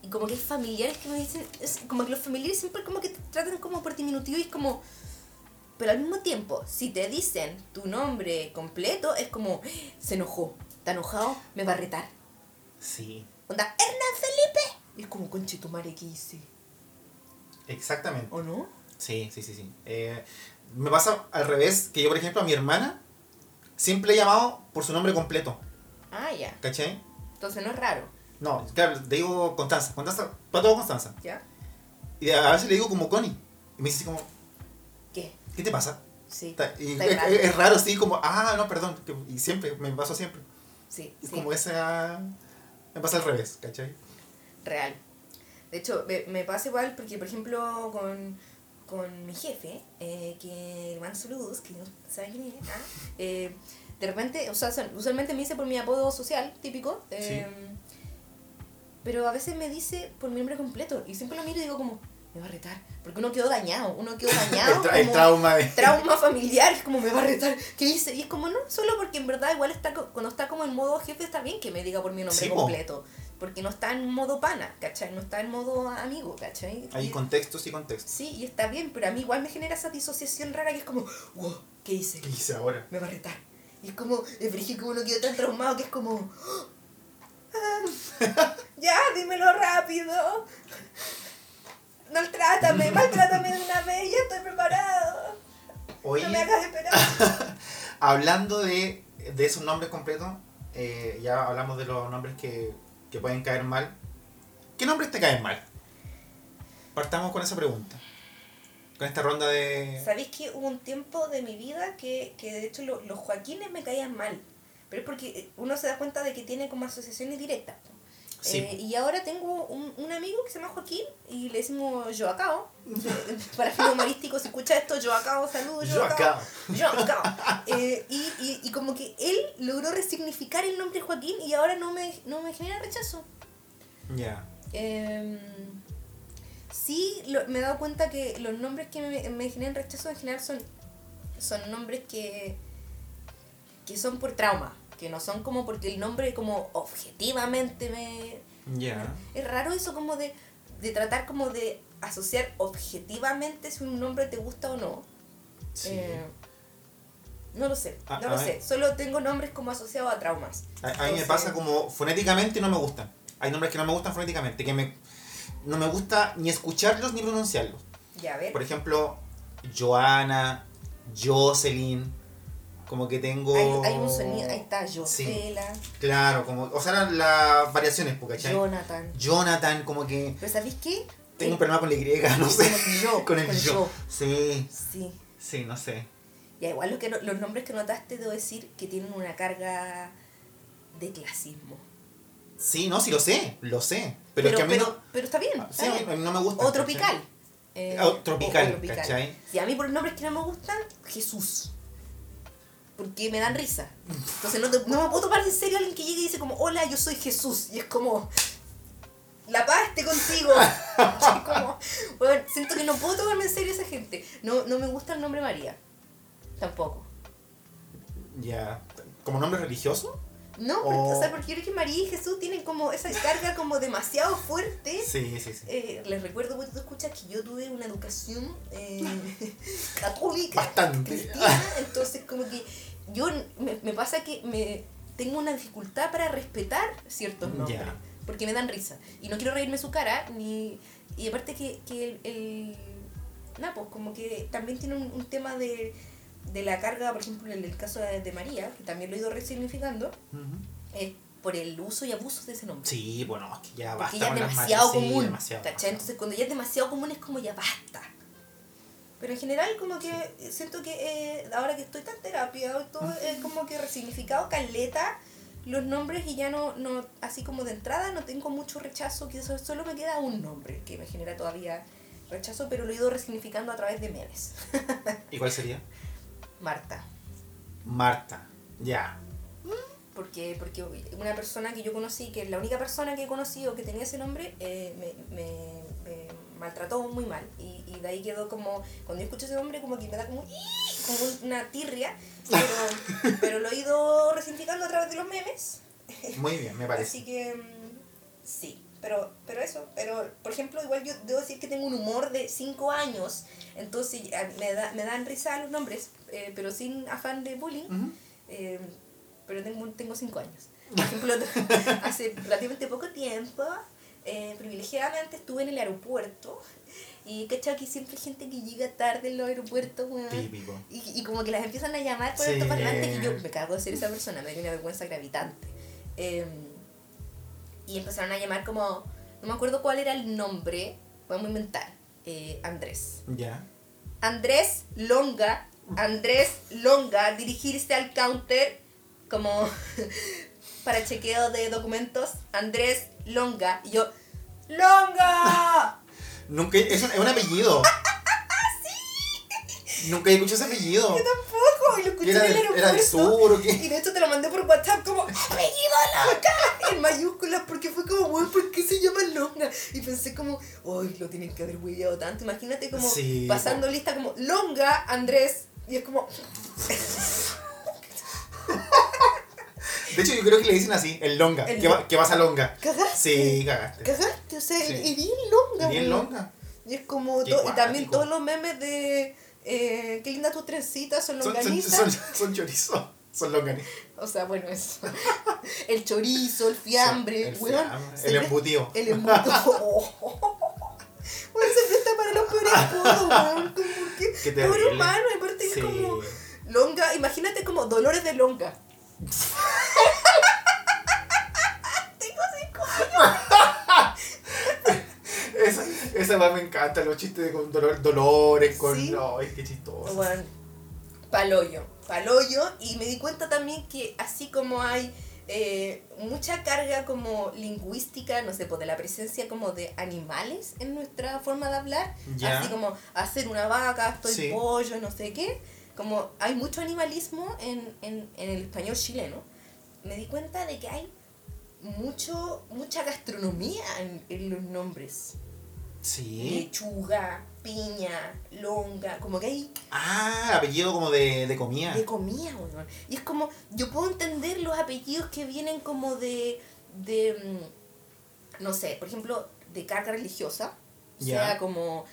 S1: Y como que hay familiares que me dicen, es como que los familiares siempre como que te tratan como por diminutivo y es como... Pero al mismo tiempo, si te dicen tu nombre completo, es como, se enojó, está enojado, me va a retar.
S2: Sí.
S1: Onda, Hernán Felipe. Y es como, conche tu madre, ¿qué hice?
S2: Exactamente.
S1: ¿O no?
S2: Sí, sí, sí, sí. Eh, me pasa al revés, que yo, por ejemplo, a mi hermana siempre he llamado por su nombre completo,
S1: Ah, ya.
S2: ¿cachai?
S1: Entonces no es raro,
S2: No, claro, le digo Constanza, Constanza, para todo Constanza.
S1: ¿ya?
S2: Y a veces le digo como Connie. Y me dice así como,
S1: ¿Qué?
S2: ¿qué te pasa?
S1: Sí.
S2: Ta- y
S1: está
S2: es,
S1: raro.
S2: es raro, sí, como, ah, no, perdón. que- y siempre, me pasa siempre.
S1: Sí,
S2: Es
S1: sí.
S2: como esa... Me pasa al revés, ¿cachai?
S1: real. De hecho, me, me pasa igual porque, por ejemplo, con, con mi jefe, eh, que le mando saludos, que no saben quién
S2: (laughs)
S1: es, ah, eh, de repente, o sea, son- usualmente me dice por mi apodo social típico, eh, pero a veces me dice por mi nombre completo y siempre lo miro y digo como, me va a retar, porque uno quedó dañado, uno
S2: (laughs)
S1: quedó dañado.
S2: El, tra- el
S1: como-
S2: trauma de...
S1: trauma familiar, es como me va a retar, ¿qué hice? Y es como no, solo porque en verdad igual está co- cuando está como en modo jefe está bien que me diga por mi nombre
S2: Sí, po.
S1: completo, porque no está en modo pana, ¿cachai? No está en modo amigo, ¿cachai?
S2: Hay
S1: Y-
S2: contextos y contextos.
S1: Sí, y está bien, pero a mí igual me genera esa disociación rara que es como, wow, ¿qué hice?
S2: ¿Qué hice ahora?
S1: Me va a retar. Y es como, es brígido que uno quedó tan traumado que es como,
S2: (laughs)
S1: "Ah, ya, dímelo rápido. Maltrátame, maltrátame de una vez, ya estoy preparado.
S2: Oye...
S1: No me hagas esperar.
S2: (laughs) Hablando de, de esos nombres completos, eh, ya hablamos de los nombres que, que pueden caer mal. ¿Qué nombres te caen mal? Partamos con esa pregunta. Con esta ronda de...
S1: ¿Sabéis que hubo un tiempo de mi vida que, que de hecho lo- los Joaquines me caían mal? Pero es porque eh, uno se da cuenta de que tiene como asociaciones directas.
S2: Sí.
S1: Eh, y ahora tengo un, un amigo que se llama Joaquín y le decimos Joacao. (laughs) Eh, Para fin humorístico, si escucha esto, Joacao, saludos,
S2: Yo acá. (laughs)
S1: Joacao. Eh, y, y, y como que él logró resignificar el nombre Joaquín y ahora no me, no me genera rechazo.
S2: Ya.
S1: Em, sí, lo- me he dado cuenta que los nombres que me, me generan rechazo en general son, son nombres que, que son por trauma, que no son como porque el nombre como objetivamente me...
S2: Ya.
S1: Es raro eso como de, de tratar como de asociar objetivamente si un nombre te gusta o no.
S2: Sí.
S1: Eh, no lo sé,
S2: A-
S1: no
S2: a
S1: lo
S2: mí-
S1: sé. Solo tengo nombres como asociados a traumas.
S2: A, a mí me
S1: entonces-
S2: pasa como fonéticamente no me gustan. Hay nombres que no me gustan fonéticamente, que me, no me gusta ni escucharlos ni pronunciarlos.
S1: Ya, a ver.
S2: Por ejemplo, Joana, Jocelyn, como que tengo...
S1: Hay, hay un sonido, ahí está, yo,
S2: Sí. Claro, como, o sea, eran las variaciones, po, ¿cachai?
S1: Jonathan.
S2: Jonathan, como que
S1: Pero ¿sabéis qué?
S2: tengo un
S1: Eh,
S2: problema con la Y, no sé.
S1: Con el yo.
S2: (laughs) Con el yo. Sí,
S1: Sí.
S2: sí, no sé.
S1: Ya igual lo que, no- los nombres que notaste debo decir que tienen una carga de clasismo.
S2: Sí, no, sí lo sé, lo sé. Pero, es que a mí
S1: pero, pero está bien.
S2: no, Ah,
S1: está
S2: sí, a mí-
S1: bien.
S2: a mí no me gusta.
S1: O tropical. Ah, Eh,
S2: Ah, tropical, ¿cachai?
S1: Si a mí por nombres que no me gustan, Jesús. Porque me dan risa. Entonces no, te- no me puedo tomar en serio a alguien que llegue y dice como, hola, yo soy Jesús. Y es como, la paz esté contigo. (laughs) Y es como, bueno, siento que no puedo tomarme en serio a esa gente. No, no me gusta el nombre María. Tampoco.
S2: ¿cachai? Ya. ¿Como nombre religioso?
S1: No, porque, o sea,
S2: Oh.
S1: porque yo creo que María y Jesús tienen como esa carga como demasiado fuerte.
S2: Sí, sí, sí.
S1: Eh, les recuerdo, porque tú escuchas que yo tuve una educación
S2: (laughs)
S1: eh, católica,
S2: Bastante. (laughs)
S1: cristiana, entonces como que yo me, me pasa que me tengo una dificultad para respetar ciertos
S2: Ya.
S1: nombres, porque me dan risa, y no quiero reírme su cara, ni y aparte que, que el, el- nada, pues como que también tiene un, un tema de, de la carga, por ejemplo, en el caso de, de María, que también lo he ido resignificando,
S2: Ujú.
S1: es por el uso y abuso de ese nombre.
S2: Sí, bueno, es que ya
S1: Porque
S2: basta
S1: ya es
S2: con las
S1: demasiado
S2: matas, sí,
S1: común.
S2: demasiado,
S1: ¿cachai?
S2: demasiado.
S1: Entonces cuando ya es demasiado común es como ya basta. Pero en general como que siento que eh, ahora que estoy tan terapia, todo es como que resignificado caleta los nombres y ya no, no, así como de entrada no tengo mucho rechazo, que so- solo me queda un nombre que me genera todavía rechazo, pero lo he ido resignificando a través de memes.
S2: ¿Y cuál sería?
S1: Marta.
S2: Marta. Ya.
S1: Porque, porque una persona que yo conocí, que es la única persona que he conocido que tenía ese nombre, eh, me, me, me maltrató muy mal. Y, y de ahí quedó como, cuando yo escucho ese nombre, como que me da como, un "Ih", como una tirria. Pero, pero lo he ido resignificando a través de los memes.
S2: Muy bien, me parece.
S1: Así que, mm, sí. Pero, pero eso, pero por ejemplo, igual yo debo decir que tengo un humor de 5 años, entonces eh, me, da- me dan risa los nombres, eh, pero sin afán de bullying.
S2: Ujú.
S1: Eh, pero tengo, tengo cinco años. Por ejemplo, hace relativamente poco tiempo, eh, privilegiadamente estuve en el aeropuerto y cachado que siempre hay gente que llega tarde en los aeropuertos, weón.
S2: Típico.
S1: Y, y como que las empiezan a llamar por
S2: Sí.
S1: estos parlantes y yo me cago de ser esa persona, me dio una vergüenza gravitante. Eh, y empezaron a llamar como, no me acuerdo cuál era el nombre, vamos a inventar, eh, Andrés.
S2: Ya.
S1: Andrés Longa, Andrés Longa, dirigirse al counter como (laughs) para chequeo de documentos, Andrés Longa, y yo,
S2: (laughs)
S1: ¡Longa!
S2: Nunca, es un, es
S1: (laughs)
S2: un apellido. Nunca he escuchado ese apellido.
S1: Tampoco, y lo escuché
S2: Era
S1: en el
S2: del, era del
S1: aeropuerto.
S2: sur o qué.
S1: Y de hecho te lo mandé por WhatsApp como apellido longa (laughs) en mayúsculas porque fue como, weón, ¿por qué se llama longa? Y pensé como, uy, lo tienen que haber hueviado tanto. Imagínate como
S2: Sí,
S1: pasando lista como longa, Andrés, y es como,
S2: De hecho, yo creo que le dicen así, el longa.
S1: El
S2: que, va- que vas a longa.
S1: cagaste.
S2: Sí, cagaste.
S1: cagaste, o sea,
S2: Sí.
S1: y bien longa,
S2: Bien
S1: weón.
S2: longa.
S1: Y es como,
S2: Qué
S1: to- y también
S2: cuático.
S1: todos los memes de, eh, qué linda tus trencitas, son
S2: Son,
S1: longanitas.
S2: son, son, son chorizo. Son longanes.
S1: O sea, bueno, eso. (laughs) el chorizo, el fiambre,
S2: el,
S1: weón.
S2: fiambre,
S1: se
S2: el
S1: presta-
S2: embutido.
S1: El embutido.
S2: (laughs)
S1: (laughs) Weón, se presta para los peores apodos, weón. Como que,
S2: (laughs) Qué
S1: pobre
S2: terrible.
S1: humano, y aparte es
S2: Sí.
S1: como, longa, imagínate como dolores de longa. (laughs)
S2: Esa, esa va, me encanta, los chistes de- con dolor, dolores, con.
S1: Sí.
S2: Ay, qué chistoso.
S1: Bueno, paloyo, paloyo. Y me di cuenta también que así como hay eh, mucha carga como lingüística, no sé, pues de la presencia como de animales en nuestra forma de hablar,
S2: Ya.
S1: así como hacer una vaca, estoy
S2: Sí.
S1: pollo, no sé qué, como hay mucho animalismo en, en, en el español chileno, me di cuenta de que hay mucho mucha gastronomía en- en los nombres.
S2: Sí.
S1: Lechuga, piña, longa, como que hay
S2: Ah, apellido como de, de comida.
S1: de comida, weón. Y es como, yo puedo entender los apellidos que vienen como de, de mm, no sé, por ejemplo, de carga religiosa. O
S2: Ya.
S1: sea, como,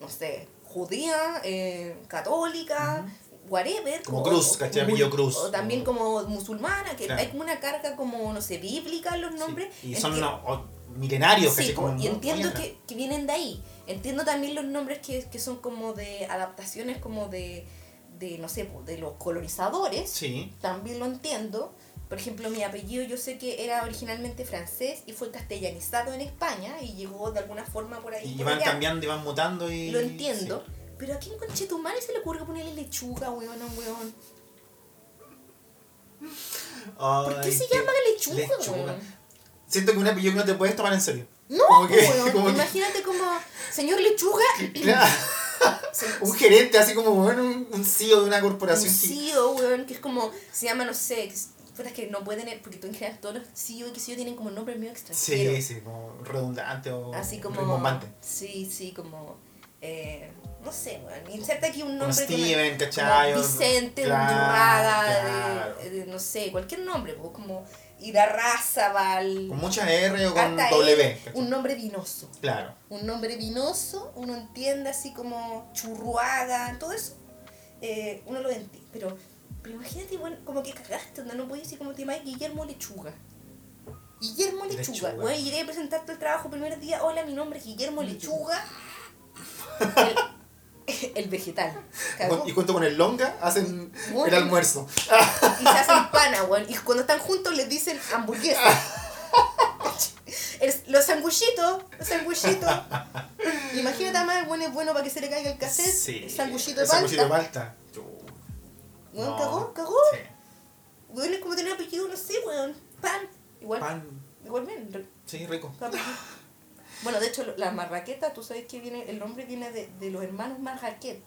S1: no sé, judía, eh, católica, whatever.
S2: Como cruz, ¿cachai? Apellido
S1: mul-
S2: cruz.
S1: O también como musulmana, que
S2: Claro.
S1: hay como una carga como, no sé, bíblica en los nombres.
S2: Sí. Y
S1: en
S2: son
S1: que-
S2: unos o- milenarios,
S1: Sí,
S2: ¿cachai? Como
S1: po,
S2: muy-
S1: y
S2: muy
S1: entiendo
S2: atrás.
S1: que, que vienen de ahí. Entiendo también los nombres que, que son como de adaptaciones, como de, de no sé, po, de los colonizadores.
S2: Sí.
S1: También lo entiendo. Por ejemplo, mi apellido yo sé que era originalmente francés y fue castellanizado en España y llegó de alguna forma por ahí.
S2: Y
S1: por
S2: van
S1: allá.
S2: cambiando y van mutando y.
S1: Lo entiendo. Pero ¿a quién conchetumare se le ocurre ponerle lechuga, weón, a un weón?
S2: sí.
S1: ¿Por qué
S2: Ay,
S1: se
S2: qué-
S1: llama lechuga,
S2: lechuga.
S1: weón?
S2: Siento que un apellido que no te puedes tomar en serio.
S1: No, pues,
S2: Como que-
S1: weón.
S2: (laughs) como que-
S1: Imagínate como, señor lechuga.
S2: (laughs) Claro.
S1: se-
S2: un gerente, así como bueno, un, un CEO de una corporación.
S1: un E
S2: que-
S1: CEO, weón, que es como, se llama, no sé, que es, puta, es que no pueden, porque tú en general todos los CEO y que CEO tienen como nombres medio
S2: Sí,
S1: extranjeros.
S2: sí, como redundante o
S1: Así como.
S2: rimbombante.
S1: Sí, sí, como. eh, no sé, weón. Inserta aquí un
S2: Como
S1: nombre. como-
S2: Steven,
S1: como
S2: ¿cachai? O-
S1: Vicente, un
S2: Claro,
S1: Durraga,
S2: claro.
S1: de- de- no sé, cualquier nombre, pues, como Irarrázaval.
S2: Con mucha R o con
S1: hasta
S2: W.
S1: él, un nombre vinoso.
S2: Claro.
S1: un nombre vinoso, uno entiende así como churruaga, todo eso, eh, uno lo entiende. Pero, pero imagínate, bueno, como que cagaste, onda, no podías decir como te llamas Guillermo Lechuga. Guillermo Lechuga.
S2: Lechuga.
S1: Bueno, llegué a presentarte el trabajo primer día, hola, mi nombre es Guillermo Lechuga. El- el vegetal.
S2: Con-
S1: ¿cachai?
S2: Y junto con el longa hacen
S1: Muy
S2: el
S1: bien.
S2: almuerzo.
S1: Y se hacen pana, weón. Y cuando están juntos les dicen hamburguesa. El- los sanguchitos, los sanguchitos. Imagínate más, el weón es bueno para que se le caiga el cassette. el sanguchito de
S2: el sanguchito de
S1: palta.
S2: palta.
S1: Weón,
S2: No.
S1: cagó, cagó.
S2: Sí.
S1: Weón es como tener apellido, no sé, weón. Pan. Igual,
S2: Pan,
S1: igual bien. re-
S2: sí, rico.
S1: Bueno, de hecho, lo- las marraquetas, tú sabes que viene, el nombre viene de, de los hermanos Marraquet.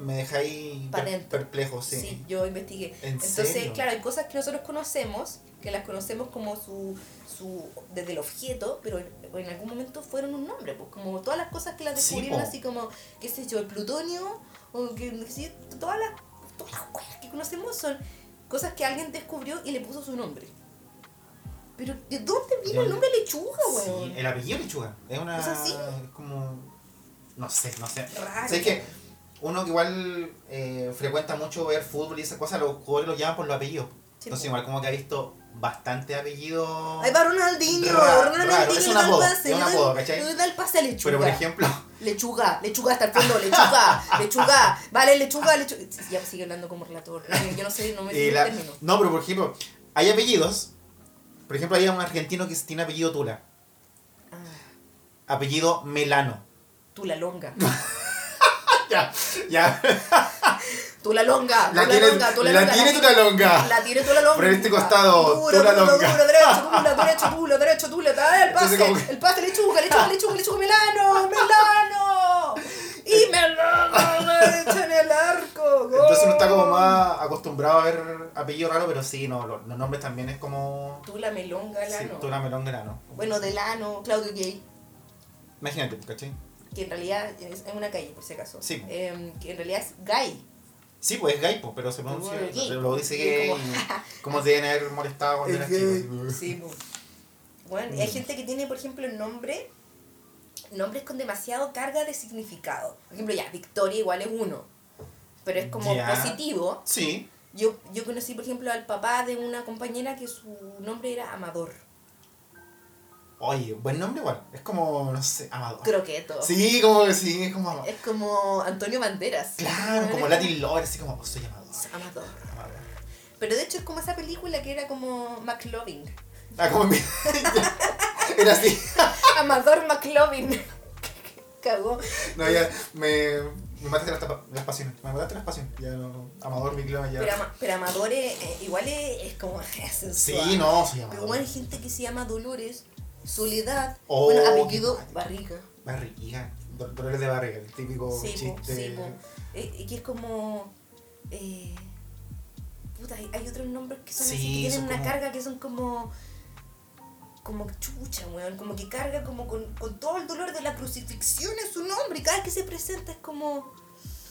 S2: Me dejáis per-
S1: Patente.
S2: perplejo,
S1: Sí.
S2: sí.
S1: yo investigué.
S2: ¿En
S1: Entonces,
S2: serio?
S1: claro, hay cosas que nosotros conocemos, que las conocemos como su, su desde el objeto, pero en, en algún momento fueron un nombre, pues como todas las cosas que las
S2: Sí,
S1: descubrieron,
S2: po.
S1: así como, qué sé yo, el plutonio, o que qué sé yo, todas las, todas las cosas que conocemos son cosas que alguien descubrió y le puso su nombre. Pero, ¿de dónde vino
S2: Del-
S1: el nombre lechuga, weón?
S2: Sí, el apellido lechuga. Es una.
S1: ¿Es así?
S2: es como. No sé, no sé.
S1: Raro.
S2: Sé que uno que igual eh, frecuenta mucho ver fútbol y esas cosas, los jugadores los llaman por los apellidos.
S1: Sí,
S2: Entonces,
S1: po.
S2: igual como que ha visto bastante apellido.
S1: Ahí va Ronaldinho,
S2: Ra- raro,
S1: Ronaldinho
S2: es
S1: le
S2: un
S1: da el
S2: apodo,
S1: pase,
S2: es un
S1: le da el-
S2: apodo, ¿cachai?
S1: le da el pase a lechuga.
S2: Pero
S1: (laughs)
S2: por ejemplo,
S1: Lechuga, lechuga hasta el fondo, lechuga,
S2: (laughs)
S1: lechuga, vale, lechuga, lechuga. Ya sigue hablando como relator. Yo no sé, no me
S2: eh,
S1: sé
S2: la-
S1: término.
S2: no, pero por ejemplo, hay apellidos. Por ejemplo, hay un argentino que tiene apellido Tula,
S1: Ah,
S2: apellido Melano.
S1: tú la longa,
S2: Ya,
S1: (laughs)
S2: ya,
S1: tú la longa, tú la,
S2: (laughs) la tiene,
S1: longa, tú la,
S2: la
S1: longa.
S2: tiene Tula Longa.
S1: La tiene tú la longa.
S2: Por este costado,
S1: duro,
S2: tú la
S1: duro,
S2: longa.
S1: Duro, derecho, tú la derecho, tú la derecho, tú la el pase,
S2: Entonces, como que-
S1: el pase, lechuga,
S2: (laughs)
S1: lechuga, lechuga, lechuga, Melano, Melano. Y Melano, la echa en el arco. gol.
S2: Entonces uno está como más acostumbrado a ver apellido raro, pero sí, no, los, los nombres también es como.
S1: Tú la melonga,
S2: Sí,
S1: Lano.
S2: Tula Melón Grano.
S1: Bueno, Delano, Claudio Gay.
S2: Imagínate, pues, ¿cachai?
S1: que en realidad es en una calle, por si acaso.
S2: Sí.
S1: Em, que en realidad es gay.
S2: Sí, pues es gay, pues, pero se pronuncia.
S1: Bueno, gay.
S2: Lo dice
S1: Y
S2: gay.
S1: como- (laughs)
S2: y Como te deben haber molestado cuando
S1: Es
S2: eras
S1: gay.
S2: chico. así.
S1: Sí, pues. Bueno, y hay gente que tiene, por ejemplo, el nombre, nombres con demasiado carga de significado. Por ejemplo, ya, Victoria igual es uno, pero es como
S2: Ya.
S1: positivo.
S2: Sí,
S1: Yo, yo conocí, por ejemplo, al papá de una compañera que su nombre era Amador.
S2: oye, buen nombre igual. Es como, no sé, Amador.
S1: Croqueto.
S2: Ah. Sí, como que sí, es como Amador.
S1: Es como Antonio Banderas.
S2: Claro, como Latin Lover, así como, oh, soy Amador.
S1: Amador.
S2: Amador.
S1: Pero de hecho es como esa película que era como McLovin.
S2: Ah, como mi. (laughs) Era así.
S1: Amador McLovin. (laughs) Cagó.
S2: No, ya, me. Me mataste las, tapa- las pasiones. Me mataste las pasiones. Ya no. Amador, mi clon, ya.
S1: Pero, ama- pero Amador es- eh, igual es, es como es sensual.
S2: Sí, no, soy
S1: Pero bueno,
S2: Amador.
S1: hay gente que se llama Dolores, Soledad,
S2: Oh,
S1: bueno,
S2: qué
S1: apellido
S2: mal.
S1: Barriga.
S2: Barriga. do- Dolores de barriga, el típico
S1: Sí, po,
S2: Oh, chiste.
S1: sí, po. Eh, Y que es como. eh, puta, hay, hay otros nombres que son
S2: Sí,
S1: así, que tienen
S2: son
S1: una
S2: como-
S1: carga que son como. Como chucha, weón. Como que carga como con, con todo el dolor de la crucifixión en su nombre. Y cada vez que se presenta es como.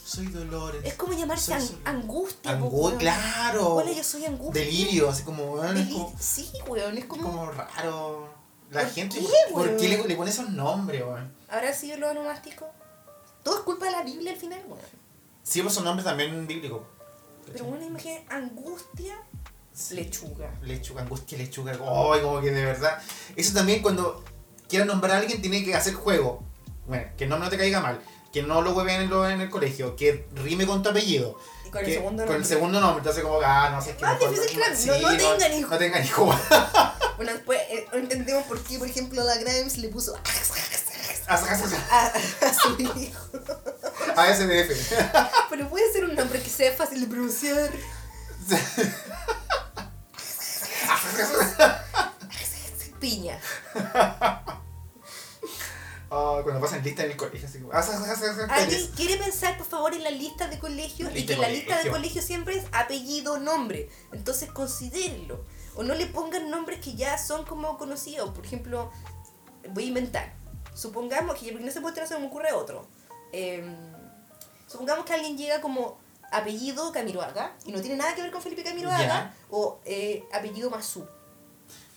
S2: Soy Dolores.
S1: Es como llamarse
S2: Soy
S1: an-
S2: Soledad.
S1: angustia, po,
S2: Angustia,
S1: weón.
S2: claro.
S1: Hola, yo soy angustia.
S2: Delirio, así como, weón, es
S1: Deli-
S2: como,
S1: Sí, weón, es
S2: es
S1: como...
S2: como raro. La
S1: ¿Por
S2: gente,
S1: qué,
S2: ¿por
S1: weón?
S2: qué le, le pone esos nombres, weón?
S1: ¿Habrá sido lo onomástico? Todo es culpa de la Biblia al final, weón.
S2: Sí, pues son nombres también bíblicos.
S1: Pero bueno, imagínate, angustia,
S2: Sí.
S1: lechuga.
S2: Lechuga, angustia, lechuga. Ay, como que de verdad. Eso también cuando quieras nombrar a alguien tiene que hacer juego. Bueno, que el nombre no te caiga mal. Que no lo hueven en, lo- en el colegio. Que rime con tu apellido.
S1: Y con el
S2: que-
S1: segundo
S2: Con
S1: nombre.
S2: el segundo nombre. Entonces como, ah, no sé. es que
S1: Más
S2: mejor
S1: difícil que la-
S2: sí,
S1: no- no tengan hijo.
S2: No tengan (laughs) hijo.
S1: Bueno, después eh, entendemos por qué, por ejemplo, a la Grimes le puso a, a su hijo.
S2: ASDF.
S1: Pero puede ser un nombre que sea fácil de
S2: (laughs)
S1: pronunciar. Piña.
S2: Ah, cuando pasan lista en el colegio. Así como, (laughs)
S1: ¿Alguien quiere pensar, por favor, en la lista de colegios y
S2: Lista
S1: que
S2: de
S1: la lista de
S2: colegio.
S1: colegios siempre es apellido, nombre? Entonces considérenlo. O no le pongan nombres que ya son como conocidos. Por ejemplo, voy a inventar. Supongamos que, porque no se puede traer, se me ocurre otro. Eh, supongamos que alguien llega como apellido Camiroaga y no tiene nada que ver con Felipe Camiroaga
S2: Ya.
S1: o eh, apellido Mazú.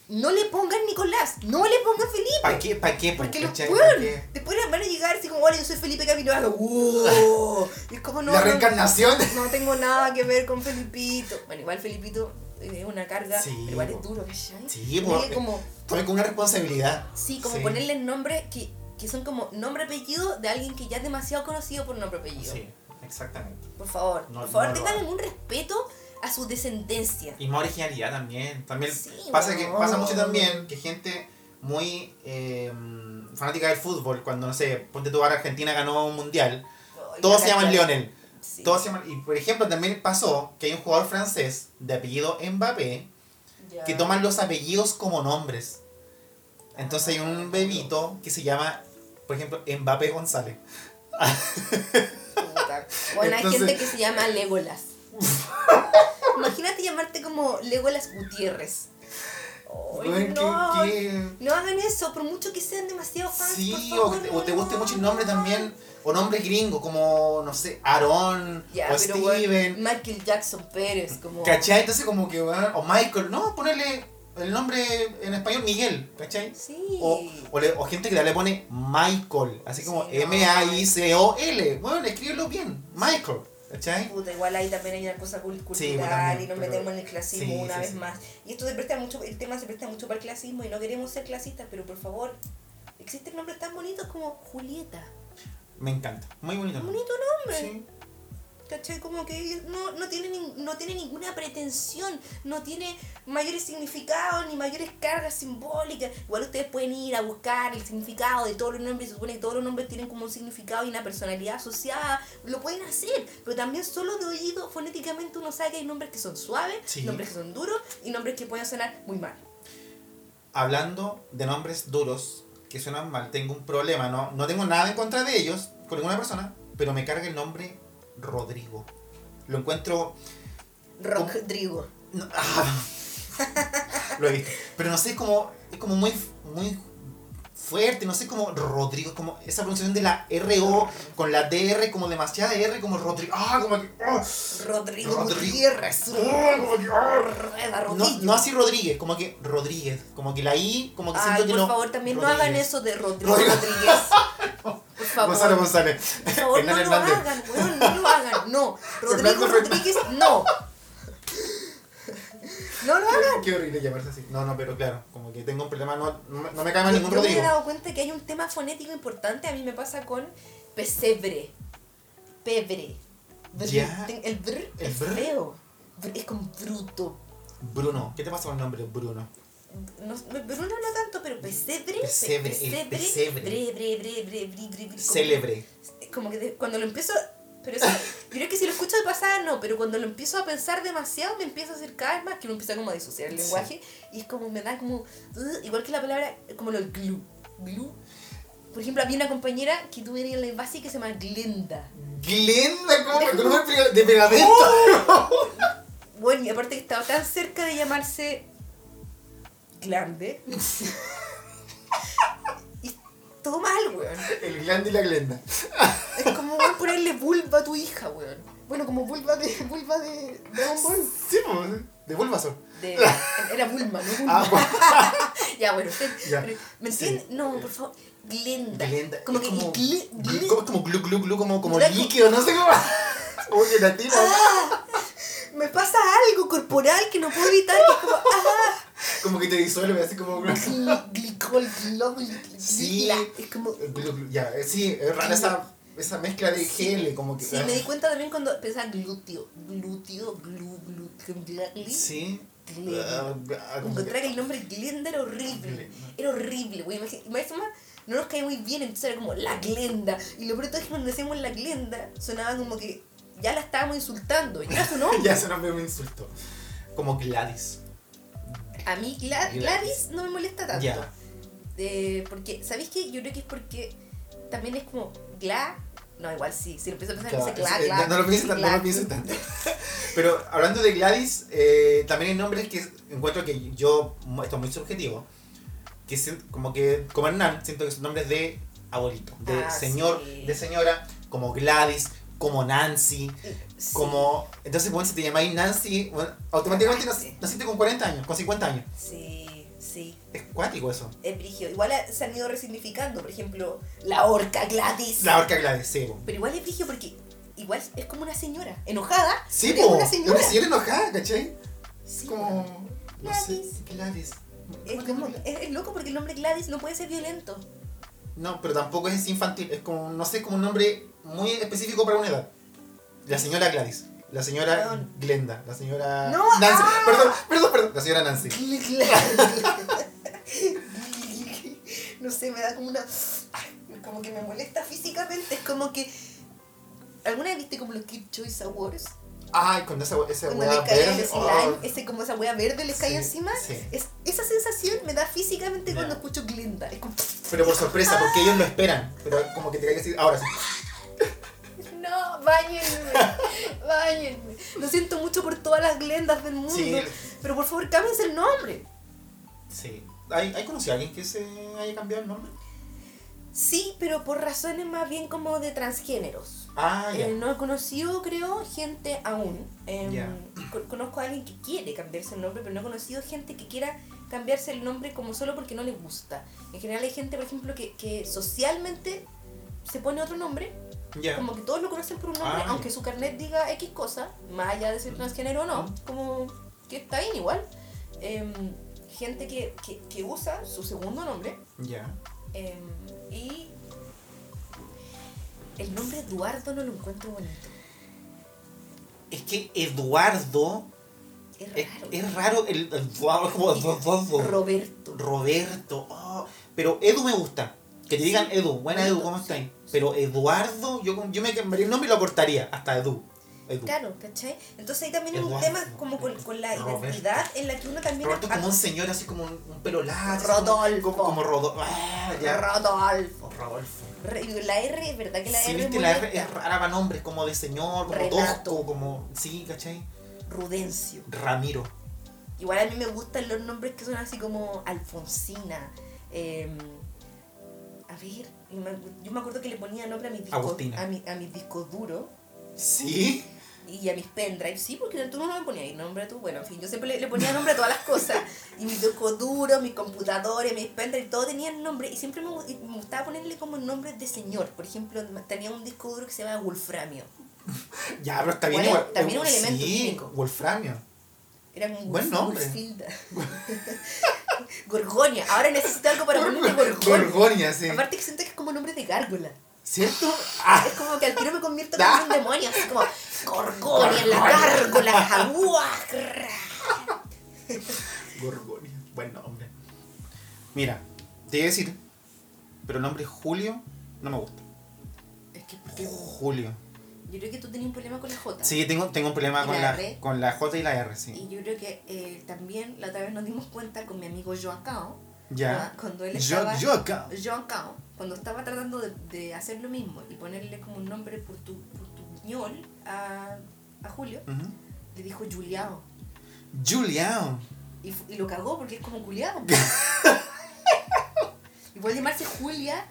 S1: No le pongan Nicolás, no le pongan Felipe.
S2: ¿Para qué? ¿Para qué?
S1: Porque los
S2: ¿Cachai?
S1: pueden,
S2: ¿Para qué?
S1: después van a llegar así como, hola, yo soy Felipe Camiroaga.
S2: (laughs)
S1: ¡Wow! Y es como, no,
S2: La
S1: no,
S2: reencarnación.
S1: no tengo nada que ver con Felipito. Bueno, igual Felipito es una carga,
S2: Sí,
S1: pero igual
S2: po.
S1: es duro, ¿cachai?
S2: Sí,
S1: Ponerle
S2: pues, po. eh,
S1: como,
S2: Fue con una responsabilidad.
S1: sí, como ponerle el nombre que que son como nombre apellido de alguien que ya es demasiado conocido por nombre apellido.
S2: Sí, exactamente.
S1: Por favor,
S2: No,
S1: por favor,
S2: no lo
S1: tengan
S2: hagan.
S1: algún respeto a su descendencia.
S2: Y más originalidad también. También
S1: Sí,
S2: pasa que
S1: weón.
S2: pasa mucho también que gente muy eh, fanática del fútbol, cuando no sé, ponte tú ahora Argentina ganó un mundial,
S1: Ay,
S2: todos
S1: la
S2: se llaman
S1: cantidad-
S2: Lionel.
S1: Sí.
S2: Todos se llaman, y por ejemplo, también pasó que hay un jugador francés de apellido Mbappé
S1: Ya.
S2: que toman los apellidos como nombres. Entonces hay
S1: Ah,
S2: un bebito que se llama, por ejemplo, Mbappé González.
S1: Puta. Bueno,
S2: Entonces-
S1: hay gente que se llama Legolas. Imagínate llamarte como Legolas Gutiérrez. Ay,
S2: Weón, ¿qué-
S1: no.
S2: qué-
S1: No hagan eso, por mucho que sean demasiado fans.
S2: Sí,
S1: por
S2: o,
S1: favor,
S2: que te-
S1: no,
S2: o te
S1: no,
S2: guste mucho el
S1: no,
S2: nombre
S1: no.
S2: también, o nombre gringo, como, no sé, Aaron,
S1: Ya,
S2: o
S1: pero weón,
S2: Steven,
S1: Michael Jackson Pérez, como.
S2: ¿cachai? Entonces como que, weón, o Michael, no, ponerle el nombre en español Miguel, ¿cachai?
S1: Sí.
S2: O, o, le- o gente que le pone Michael, así como
S1: Sí, no.
S2: M-A-I-C-O-L, bueno, escríbelo bien, Michael, ¿cachai?
S1: Puta, igual ahí también hay una cosa cul- cultural
S2: bueno, también,
S1: y nos
S2: pero-
S1: metemos en el clasismo
S2: sí,
S1: una
S2: sí,
S1: vez
S2: sí.
S1: más. Y esto se presta mucho, el tema se presta mucho para el clasismo y no queremos ser clasistas, pero por favor, existen nombres tan bonitos como Julieta.
S2: Me encanta, muy bonito. nombre.
S1: Bonito nombre.
S2: Sí.
S1: ¿Cachai? Como que no, no, tiene nin- no tiene ninguna pretensión, no tiene mayores significados ni mayores cargas simbólicas. Igual ustedes pueden ir a buscar el significado de todos los nombres, se supone que todos los nombres tienen como un significado y una personalidad asociada, lo pueden hacer, pero también solo de oído fonéticamente uno sabe que hay nombres que son suaves,
S2: Sí.
S1: nombres que son duros y nombres que pueden sonar muy mal.
S2: hablando de nombres duros que suenan mal, tengo un problema, no, no tengo nada en contra de ellos, con ninguna persona, pero me carga el nombre Rodrigo. Lo encuentro.
S1: Rodrigo.
S2: no, (laughs) ah, lo he visto. Pero no sé, es como, es como muy, muy fuerte, no sé, como Rodrigo, es como esa pronunciación de la RO con la DR, como demasiada R, como Rodrigo. Ah, como que. ah,
S1: Rodrigo
S2: Rodrigo.
S1: Gutiérrez.
S2: ah, como que, ah.
S1: Rueda,
S2: No,
S1: rodillo.
S2: no así Rodríguez, como que Rodríguez, como que la I, como que
S1: Ay,
S2: siento que
S1: por
S2: no.
S1: favor, también no hagan
S2: Rodríguez.
S1: eso de Rodrigo
S2: Rodrigo.
S1: Rodríguez.
S2: (laughs)
S1: Por
S2: Gonzalo
S1: favor,
S2: González.
S1: por favor no
S2: Hernán
S1: lo
S2: Hernández.
S1: hagan, weón, no lo hagan, no. Rodrigo
S2: Fernando Fernández.
S1: Rodríguez, no. No lo hagan.
S2: Qué horrible llamarse así. No, no, pero claro, como que tengo un problema, no, no, me- no me cae mal
S1: Yo
S2: ningún
S1: yo me he
S2: Rodrigo.
S1: dado cuenta que hay un tema fonético importante, a mí me pasa con pesebre, pebre. Br-
S2: Ya.
S1: ten- El br
S2: El
S1: es
S2: br.
S1: feo, Br- es con bruto.
S2: Bruno, ¿qué te pasa con el nombre Bruno?
S1: No, Bruno no tanto, pero pesebre.
S2: Pesebre, el pesebre.
S1: Bre, bre, bre, bre, bre, bre, bre, como-
S2: Célebre.
S1: como que de- cuando lo empiezo pero eso, yo creo que si lo escucho de pasada no pero cuando lo empiezo a pensar demasiado me empiezo a hacer cada vez más que uno empieza como a disociar el
S2: Sí.
S1: lenguaje y es como me da como "Ugh", igual que la palabra como lo del glue glue por ejemplo había una compañera que tuve en la base que se llama Glenda
S2: Glenda, ¿cómo me conoces de pegamento?
S1: ¡Oh! bueno y aparte que estaba tan cerca de llamarse Glande y todo mal weón
S2: El Glenda y la Glenda.
S1: es como weón, ponerle vulva a tu hija weón bueno como vulva de vulva de Dragon Ball
S2: Sí, pues, de Bulbasaur.
S1: de- era Bulma, no Bulma.
S2: Ah, bueno.
S1: ya, bueno, usted.
S2: Ya.
S1: pero, ¿Me entiende? No, por favor. Glenda.
S2: Glenda.
S1: Como
S2: es
S1: que.
S2: como,
S1: Gle- Gle-
S2: glu- como, como glu glu glu, como, como
S1: Era como-
S2: líquido, no sé
S1: (laughs)
S2: cómo. Como gelatina.
S1: ¡Ah! Me pasa algo corporal que no puedo evitar. que es como. ¡Ah!
S2: Como que te disuelve, así como. Glu,
S1: Gl- Glicol, globul, gl-
S2: Sí.
S1: gla- Es como.
S2: glu, glu. Ya, eh, sí, es rara esa, esa mezcla de gel, como que.
S1: Sí, me di cuenta también cuando pensaba glúteo. Glúteo, glu, glúteo, gla- gli-
S2: Sí.
S1: Glenda.
S2: Ah, ah, como que-
S1: Encontrar que el nombre Glenda era horrible.
S2: Glenda.
S1: Era horrible, güey. Imagi- y más encima, no nos caía muy bien, entonces era como la Glenda. Y lo peor de todo es que cuando decíamos la Glenda, sonaba como que ya la estábamos insultando. Ya su
S2: (laughs)
S1: nombre.
S2: (laughs) ya ese nombre me insultó. Como Gladys.
S1: A mí Gla-
S2: Gladys.
S1: Gladys no me molesta tanto.
S2: Ya.
S1: Eh, porque, ¿sabéis qué? Yo creo que es porque también es como Gla. No, igual sí. Si lo empiezo a pensar,
S2: Claro,
S1: dice Gla,
S2: es- eh,
S1: Gla.
S2: no, no lo pienses tanto, no
S1: Gla.
S2: lo pienses tanto. (laughs) Pero hablando de Gladys, eh, también hay nombres que encuentro que yo, esto es muy subjetivo, que sien- como que, como Hernán, siento que son nombres de abuelito, de
S1: Ah,
S2: señor,
S1: sí.
S2: de señora, como Gladys, como Nancy,
S1: Sí.
S2: como... Entonces, bueno, si te llamáis Nancy, bueno, automáticamente
S1: Nancy.
S2: nac- naciste con 40 años, con 50 años.
S1: Sí, sí.
S2: Es cuático eso.
S1: Es brígido. Igual eh, se han ido resignificando. Por ejemplo, la orca Gladys.
S2: La orca Gladys, sí. po.
S1: Pero igual es brillo porque igual es como una señora. Enojada.
S2: Sí,
S1: pero
S2: po,
S1: es una señora.
S2: Una señora enojada, ¿cachai?
S1: Sí,
S2: Es como. No sé,
S1: Gladys.
S2: Gladys.
S1: (laughs) es, como- es- es loco porque el nombre Gladys no puede ser violento.
S2: No, pero tampoco es infantil, es como, no sé, como un nombre muy específico para una edad. La señora Gladys, la señora
S1: Weón.
S2: Glenda, la señora
S1: No,
S2: Nancy,
S1: ah.
S2: perdón, perdón, perdón, la señora Nancy.
S1: No sé, me da como una. ay, Como que me molesta físicamente. Es como que. ¿Alguna vez viste como los Kid Choice Awards?
S2: Ay, con esa, esa
S1: Cuando
S2: weá
S1: le caía el
S2: verde.
S1: slime,
S2: oh.
S1: ese, como esa wea verde les cae
S2: Sí,
S1: encima.
S2: sí.
S1: Es- esa sensación me da físicamente
S2: Ya.
S1: cuando escucho Glinda. Es como,
S2: Pero por sorpresa, porque ellos lo esperan. Pero como que te caiga así, ahora sí.
S1: no, bañenme, (laughs) bañenme. Lo siento mucho por todas las Glendas del mundo.
S2: Sí,
S1: Pero por favor, cámbiense el nombre.
S2: sí. ¿Hay, hay conocido a alguien que se haya cambiado el nombre?
S1: Sí, pero por razones más bien como de transgéneros.
S2: Ah, ya.
S1: Eh, no he conocido, creo, gente aún. Em,
S2: Ya.
S1: con- Conozco a alguien que quiere cambiarse el nombre, pero no he conocido gente que quiera cambiarse el nombre como solo porque no le gusta. En general hay gente, por ejemplo, que, que socialmente se pone otro nombre,
S2: ya.
S1: como que todos lo conocen por un nombre,
S2: Ah, ya.
S1: aunque su carnet diga X cosa, más allá de ser transgénero o
S2: Ah.
S1: no, como que está bien igual. Em, gente que, que, que usa su segundo nombre
S2: Ya.
S1: em, y el nombre Eduardo no lo encuentro bonito.
S2: Es que Eduardo
S1: Es
S2: es,
S1: raro.
S2: es raro. El, Eduardo, como Eduardo.
S1: Roberto.
S2: Roberto. oh. Pero Edu me gusta. Que te digan Edu, buena Edu, ¿cómo estás? Pero Eduardo, yo, con- yo me cambiaría el nombre y lo cortaría. Hasta Edu. Edu.
S1: Claro, ¿cachai? Entonces ahí también es un
S2: Eduardo.
S1: tema como con, con la
S2: Roberto.
S1: identidad en la que uno también...
S2: Roberto
S1: Ah,
S2: como un señor, así como un, un pelo largo.
S1: Rodolfo.
S2: Como, como Rodolfo. Ah, ya.
S1: Rodolfo.
S2: Rodolfo.
S1: Re- y La R, es ¿verdad que la
S2: sí,
S1: R es
S2: viste,
S1: muy
S2: la R
S1: lenta?
S2: es rara para nombres, como de señor, como
S1: Renato.
S2: tosco, como. Sí, ¿cachai?
S1: Rudencio.
S2: Ramiro.
S1: Igual a mí me gustan los nombres que son así como Alfonsina. em, a ver, yo me, yo me acuerdo que le ponía nombre a mis discos,
S2: Agustina.
S1: a, mi- a mis discos duros
S2: Sí. (laughs)
S1: y a mis pendrives. Sí, porque tú no me ponías nombre a tu. Bueno, en fin, yo siempre le, le ponía nombre a todas las cosas. Y mis discos duros, mis computadores, mis pendrives, todo tenían nombre. Y siempre me, gu- y me gustaba ponerle como nombres de señor. Por ejemplo, tenía un disco duro que se llama Wolframio.
S2: Ya, pero está bien
S1: Bueno,
S2: igual.
S1: también
S2: Eh,
S1: un elemento
S2: Sí,
S1: químico.
S2: Wolframio.
S1: Era un
S2: Buen
S1: Wolf-
S2: nombre.
S1: Wolfilda. (laughs) Gorgonia. Ahora necesito algo para ponerle Gorgonia.
S2: Gorgonia, sí.
S1: Aparte que siento que es como nombre de gárgola.
S2: ¿Cierto? Ah,
S1: Es como que al tiro me
S2: (laughs)
S1: convierto como en un demonio, así como Gorgonia, la
S2: Gorgonia.
S1: gárgola, jaguar.
S2: Gorgonia. Buen nombre. Mira, te iba a decir, pero el nombre Julio no me gusta.
S1: Es que porque-
S2: Julio.
S1: Yo creo que tú tenías un problema con la J.
S2: Sí, tengo, tengo un problema
S1: ¿Y
S2: con
S1: la
S2: la,
S1: R?
S2: con la J y la R, sí.
S1: Y yo creo que eh, también la otra vez nos dimos cuenta con mi amigo Joacao.
S2: Ya.
S1: ¿ah? Cuando él
S2: Yo,
S1: estaba.
S2: yo acá.
S1: Joacao, cuando estaba tratando de, de hacer lo mismo y ponerle como un nombre por tu, por tu ñol a, a Julio,
S2: Ujú.
S1: le dijo Juliao.
S2: Juliao.
S1: Y, fu- y lo cagó porque es como
S2: (laughs)
S1: Juliao. y puede llamarse Julia.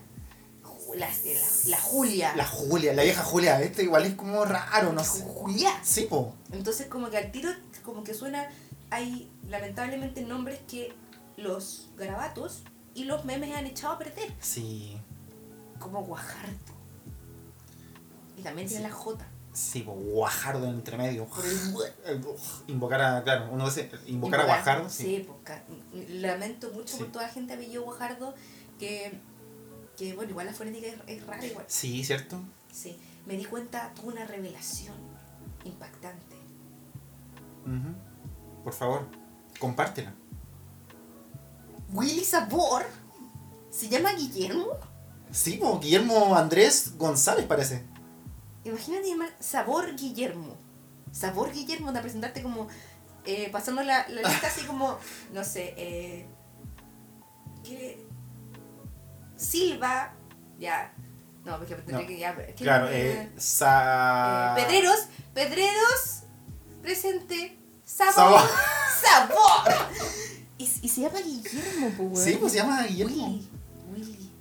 S1: Ju- La, la, la Julia.
S2: La Julia, la vieja Julia, este igual es como raro, no sé.
S1: Julia.
S2: Sí, po.
S1: Entonces como que al tiro, como que suena, hay lamentablemente nombres que los garabatos y los memes han echado a perder,
S2: Sí,
S1: como Guajardo. Y también tiene
S2: Sí.
S1: la J.
S2: sí, po. Guajardo entre medio.
S1: Por el
S2: Invocar a, claro, uno dice, invocar a Guajardo, sí.
S1: pues, ca- lamento mucho
S2: Sí.
S1: por toda la gente apellido Guajardo, que, que bueno, igual la fonética es, es rara igual.
S2: Sí, ¿cierto?
S1: Sí, me di cuenta, tuve una revelación impactante.
S2: Ujú. Por favor, compártela.
S1: Willy Sabor se llama Guillermo.
S2: Sí, po. Guillermo Andrés González parece.
S1: Imagínate llamar Sabor Guillermo. Sabor Guillermo, de presentarte como. eh, pasando la, la lista así como. No sé. Eh, ¿Qué? Silva. Ya. No, porque tendría
S2: No,
S1: que. Ya, ¿qué?
S2: Claro, eh,
S1: Eh,
S2: sa...
S1: Pedreros. Pedreros. Presente. Sabor.
S2: Sabor.
S1: Sabor. (laughs) y, y se llama Guillermo, pues, weón.
S2: Sí, pues se llama Guillermo.
S1: Willy. Willy.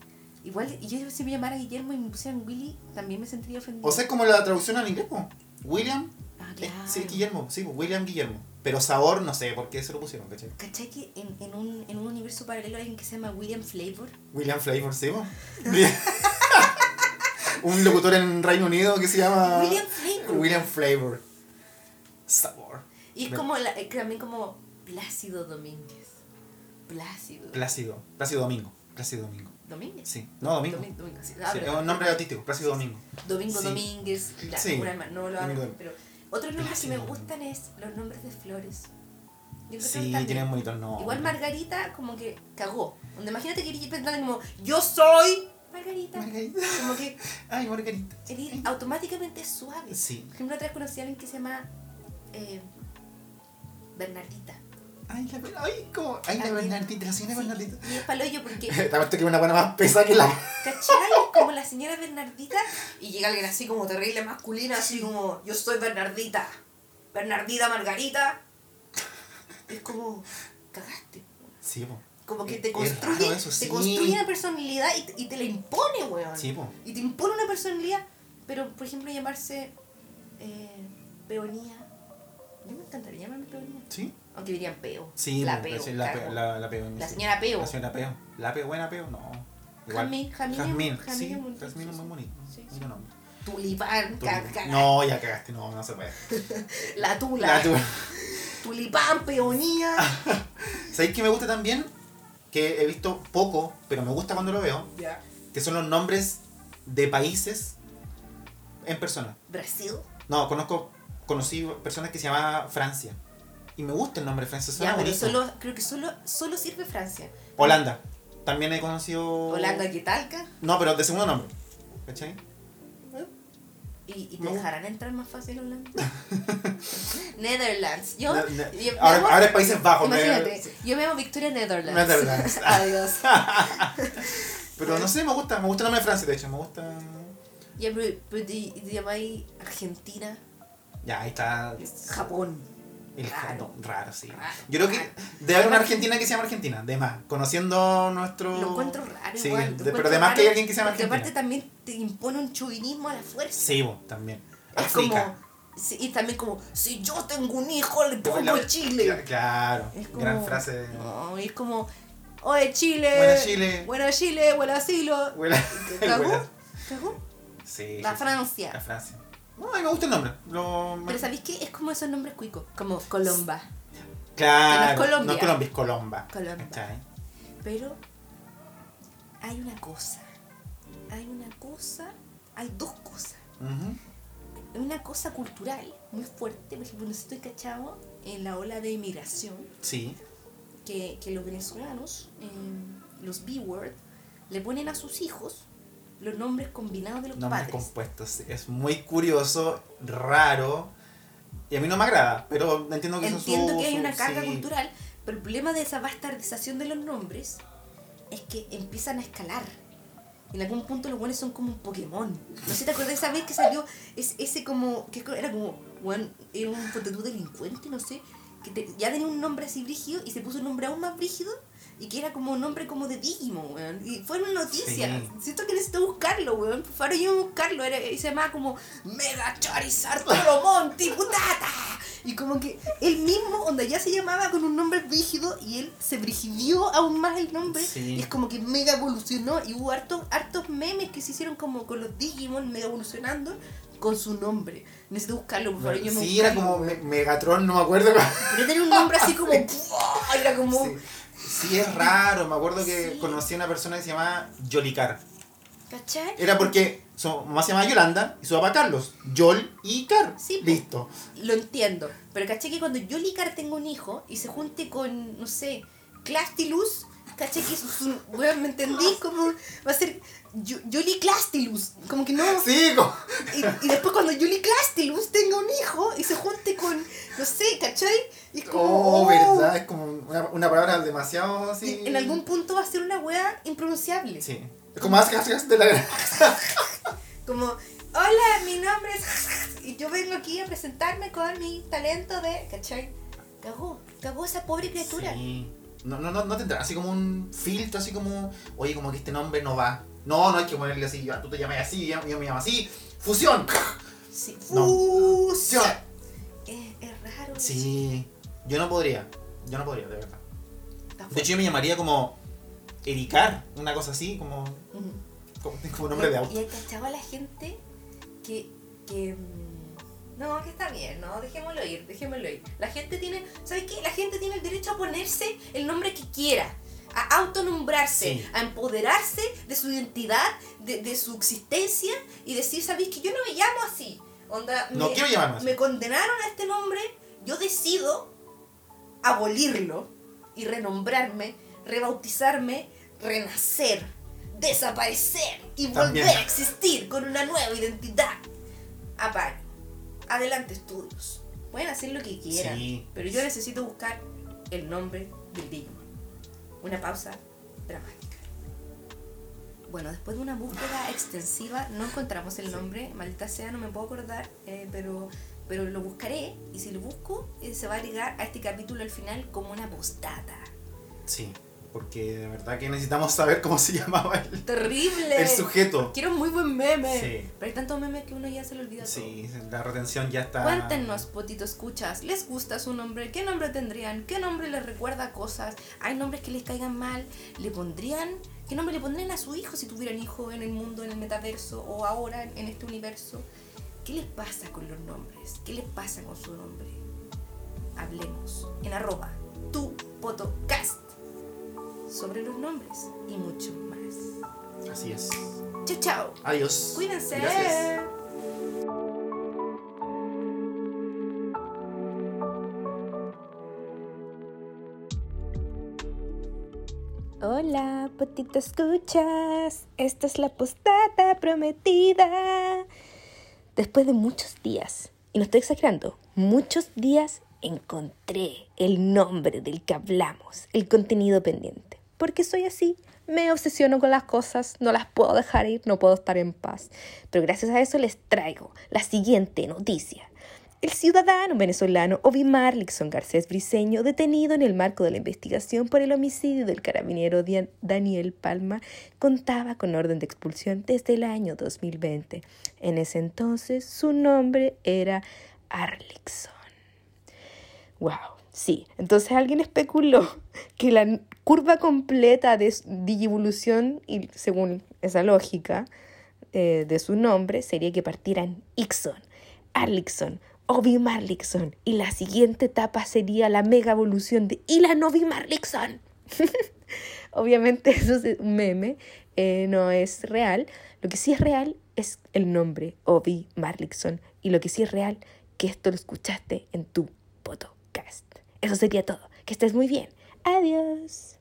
S1: Igual, y yo si me llamara Guillermo y me pusieran Willy, también me sentiría ofendido.
S2: O sea, es como la traducción al inglés, po. William,
S1: Ah,
S2: eh,
S1: claro.
S2: sí, Guillermo, sí, po, William Guillermo. Pero sabor, no sé por qué se lo pusieron, ¿cachai?
S1: ¿Cachai que en, en un, en un universo paralelo hay alguien que se llama William Flavor?
S2: William Flavor, ¿sí?
S1: (laughs)
S2: po? Un locutor en Reino Unido que se llama
S1: William Flavor.
S2: Ah, William Flavor. Sabor.
S1: Y es como la- eh, también como Plácido Domínguez. Plácido.
S2: Plácido. Plácido Domingo. Plácido Domingo.
S1: Domínguez.
S2: Sí. No, Domingo.
S1: Domingo, Domingo, sí. Ah,
S2: Sí, es
S1: pero-
S2: un nombre artístico, Plácido Domingo.
S1: Domingo
S2: Sí.
S1: Domínguez, ya,
S2: Sí.
S1: una hermana, no lo
S2: Domingo
S1: hago, pero otros nombres que me
S2: Plácido.
S1: gustan es los nombres de flores. Yo creo que
S2: Sí,
S1: también.
S2: tiene un bonito nombre.
S1: Igual Margarita como que cagó. Donde imagínate que eres pensando como yo soy Margarita.
S2: Margarita.
S1: Como que
S2: Ay, Margarita.
S1: eres automáticamente suave.
S2: Sí.
S1: Por ejemplo, otra vez conocí a alguien que se llama eh, Bernardita.
S2: Ay, la, ay, como, ay, la
S1: Alguien-
S2: Bernardita, la señora
S1: Sí,
S2: (laughs) Bernardita.
S1: Y es paloyo porque
S2: (laughs) También que una buena más pesada que la. (laughs)
S1: ¿Cachai? Como la señora Bernardita. Y llega alguien así como terrible masculina, así como, yo soy Bernardita. Bernardita Margarita. Es como, cagaste.
S2: Sí, po.
S1: Como que
S2: Es-
S1: te
S2: es
S1: construye,
S2: raro eso,
S1: te
S2: sí.
S1: construye una personalidad y, te- y te la impone, weón.
S2: Sí, po.
S1: Y te impone una personalidad. Pero, por ejemplo, llamarse eh, Peonía. Yo me encantaría llamarme Peonía.
S2: Sí.
S1: Aunque dirían Peo.
S2: Sí,
S1: la
S2: po,
S1: Peo.
S2: sí, la,
S1: cago.
S2: peo, la, la peo.
S1: La
S2: sí.
S1: señora Peo.
S2: La señora peo. La peo, buena peo, no.
S1: Jazmín, Jazmín es-
S2: Jazmín,
S1: Jazmín
S2: sí,
S1: es bonito,
S2: Jazmín es
S1: sí,
S2: muy
S1: sí.
S2: bonito.
S1: Sí, sí.
S2: Bonito nombre.
S1: Tulipán,
S2: Tú-
S1: ca- ca-
S2: No, ya cagaste, no, no se puede.
S1: La tula.
S2: La tu-
S1: Tulipán,
S2: (laughs)
S1: peonía.
S2: ¿Sabéis que me gusta también? Que he visto poco, pero me gusta cuando lo veo.
S1: Ya.
S2: Que son los nombres de países en persona.
S1: Brasil.
S2: No, conozco, conocí personas que se llamaban Francia. Y me gusta el nombre de Francia, suena
S1: Ya, pero
S2: bonito.
S1: solo, creo que solo, solo sirve Francia.
S2: Holanda. También he conocido.
S1: Holanda, que talca.
S2: No, pero de segundo nombre. ¿Cachai?
S1: Y, y te
S2: No.
S1: dejarán entrar más fácil a
S2: (laughs)
S1: Holanda. Netherlands. Yo,
S2: Ne- ne-
S1: yo me
S2: ahora,
S1: llamo-
S2: ahora es Países Bajos. me-
S1: Imagínate, yo me llamo Victoria Netherlands.
S2: Netherlands.
S1: (laughs) Adiós.
S2: Pero no sé, me gusta. Me gusta el nombre de Francia, de hecho. Me gusta.
S1: Ya, pero, pero te, te llamáis Argentina,
S2: Ya, ahí está.
S1: Japón.
S2: El
S1: Raro.
S2: raro. Raro, sí.
S1: Raro,
S2: Yo creo que
S1: raro.
S2: debe haber una argentina que se llama Argentina, de más. Conociendo nuestro.
S1: Lo encuentro raro
S2: Sí,
S1: igual. lo
S2: de- pero
S1: encuentro
S2: además que hay
S1: raro,
S2: alguien que se llama
S1: porque
S2: Argentina.
S1: aparte también te impone un chauvinismo a la fuerza.
S2: Sí, bo, también.
S1: Es
S2: África.
S1: como. sí, y también como, si yo tengo un hijo, le pongo
S2: La-
S1: Chile.
S2: Cla- Claro.
S1: Es como- Eh,
S2: Gran frase.
S1: No, y es como, oye Chile.
S2: Buena Chile.
S1: Buena Chile, buena
S2: (laughs)
S1: asilo.
S2: Huela-
S1: ¿Cagó?
S2: huela-
S1: ¿Cagó?
S2: Sí.
S1: La
S2: sí, sí. La
S1: Francia.
S2: Francia. No, a mí me gusta el nombre. Lo-
S1: Pero ¿sabéis qué? Es como esos nombres cuicos. Como Colomba.
S2: Claro.
S1: que no es Colombia.
S2: No es Colombia, es Colomba.
S1: Colomba.
S2: ¿Cachai?
S1: Pero hay una cosa. Hay una cosa. Hay dos cosas.
S2: Ujú.
S1: Hay una cosa cultural muy fuerte. Por ejemplo, nosotros cachamos en la ola de inmigración
S2: Sí.
S1: que, que los venezolanos, eh, los B-word, le ponen a sus hijos los nombres combinados de los
S2: Nombres
S1: padres.
S2: compuestos. sí. Es muy curioso, raro. Y a mí no me agrada, pero entiendo que eso es su-
S1: Entiendo que hay
S2: su-
S1: una carga
S2: sí.
S1: cultural, pero el problema de esa bastardización de los nombres es que empiezan a escalar. En algún punto los buenos son como un Pokémon. No sé si te acordás esa vez que salió es- ese como. que era como. weón, era un potetú delincuente, no sé. Que te- ya tenía un nombre así brígido y se puso un nombre aún más brígido y que era como un nombre como de Digimon, weón. Y fueron noticias.
S2: Sí.
S1: Siento que necesito buscarlo, weón. Por favor, yo a buscarlo. Era, y se llamaba como Mega Charizard Tolomonti Putata. Y como que él mismo, onda ya se llamaba con un nombre brígido y él se brigidió aún más el nombre.
S2: Sí.
S1: Y es como que mega evolucionó y hubo hartos, hartos memes que se hicieron como con los Digimon mega evolucionando con su nombre. Necesito buscarlo, por favor. yo me
S2: Sí,
S1: buscarlo,
S2: era como
S1: weón.
S2: Me- Megatron, no me acuerdo.
S1: Pero tenía un nombre así
S2: (laughs)
S1: como. ¡buah! Era como.
S2: Sí. Sí, es raro. Me acuerdo que
S1: Sí.
S2: conocí a una persona que se llamaba Yolicar.
S1: ¿Cachai?
S2: Era porque su mamá se llamaba Yolanda y su papá Carlos. Yol y Car.
S1: Sí, po.
S2: Listo.
S1: Lo entiendo. Pero caché que cuando yo Licar tengo un hijo y se junte con, no sé, Clastilus, caché que es un. Weón, ¿me
S2: (laughs)
S1: entendí? Como. Va a ser. Yo- Yoli Clastilus. Como que no.
S2: Sí, como-
S1: Y, y después cuando Julie Clastilus tenga un hijo y se junte con, no sé, ¿cachai? Y es como,
S2: Oh,
S1: oh.
S2: verdad, es como una, una palabra demasiado así.
S1: Y en algún punto va a ser una wea impronunciable.
S2: Sí. Es como más gracias de la
S1: Como, hola, mi nombre es... (laughs) Y yo vengo aquí a presentarme con mi talento de... ¿Cachai? Cagó, cagó esa pobre criatura.
S2: Sí. No, no, no, no tendrá así como un filtro, así como, oye, como que este nombre no va. No, no hay que ponerle así, ya, tú te llamas así, ya- yo, me llamo así.
S1: (laughs)
S2: Fusión.
S1: Sí.
S2: No.
S1: Fusión.
S2: Fusión.
S1: Es, es raro.
S2: Sí. Yo no podría. Yo no podría, de verdad.
S1: Está
S2: De
S1: fuerte.
S2: hecho, yo me llamaría como Ericar, una cosa así, como,
S1: Ujú.
S2: como, como nombre de
S1: Y
S2: auto.
S1: hay cachado a la gente que. que mm, no, que está bien, no, dejémoslo ir, dejémoslo ir. La gente tiene, ¿sabes qué? La gente tiene el derecho a ponerse el nombre que quiera. a autonombrarse,
S2: Sí.
S1: a empoderarse de su identidad, de, de su existencia y decir, ¿sabéis que yo no me llamo así? Onda,
S2: No
S1: me,
S2: quiero llamarme así.
S1: Me condenaron a este nombre, yo decido abolirlo y renombrarme, rebautizarme, renacer, desaparecer y
S2: También.
S1: volver a existir con una nueva identidad. Apaño. Adelante estudios. Pueden hacer lo que quieran,
S2: Sí.
S1: pero yo necesito buscar el nombre del Digimon. Una pausa dramática. Bueno, después de una búsqueda extensiva no encontramos el nombre, maldita sea, no me puedo acordar, eh, pero, pero lo buscaré y si lo busco eh, se va a agregar a este capítulo al final como una postdata.
S2: Sí, porque de verdad que necesitamos saber cómo se (laughs) llamaba el,
S1: Terrible.
S2: el sujeto.
S1: Quiero un muy buen meme.
S2: Sí.
S1: Pero hay tantos memes que uno ya se le olvida todo.
S2: Sí, la retención ya está.
S1: Cuéntenos, potito escuchas, ¿les gusta su nombre? ¿Qué nombre tendrían? ¿Qué nombre les recuerda cosas? ¿Hay nombres que les caigan mal? ¿Le pondrían? ¿Qué nombre le pondrían a su hijo si tuvieran hijo en el mundo, en el metaverso o ahora en este universo? ¿Qué les pasa con los nombres? ¿Qué les pasa con su nombre? Hablemos en arroba tu potocast sobre los nombres y mucho más.
S2: Así es.
S1: Chao, chao.
S2: Adiós.
S1: Cuídense.
S2: Gracias.
S4: Hola, potito escuchas. Esta es la postata prometida. Después de muchos días, y no estoy exagerando, muchos días encontré el nombre del que hablamos, el contenido pendiente. Porque soy así, me obsesiono con las cosas, no las puedo dejar ir, no puedo estar en paz. Pero gracias a eso les traigo la siguiente noticia. El ciudadano venezolano Ovimar Lixon Garcés Briceño, detenido en el marco de la investigación por el homicidio del carabinero Dia- Daniel Palma, contaba con orden de expulsión desde el año 2020. En ese entonces su nombre era Arlixon. Wow, sí. Entonces alguien especuló (laughs) que la n- curva completa de s- digievolución, y según esa lógica eh, de su nombre, sería que partieran Ixon, Arlixon, Ovimarlixon, y la siguiente etapa sería la mega evolución de Ilan Ovimarlixon. Obviamente (laughs) eso es un meme, eh, no es real. Lo que sí es real es el nombre, Obi Marlickson. Y lo que sí es real, que esto lo escuchaste en tu podcast. Eso sería todo. Que estés muy bien. Adiós.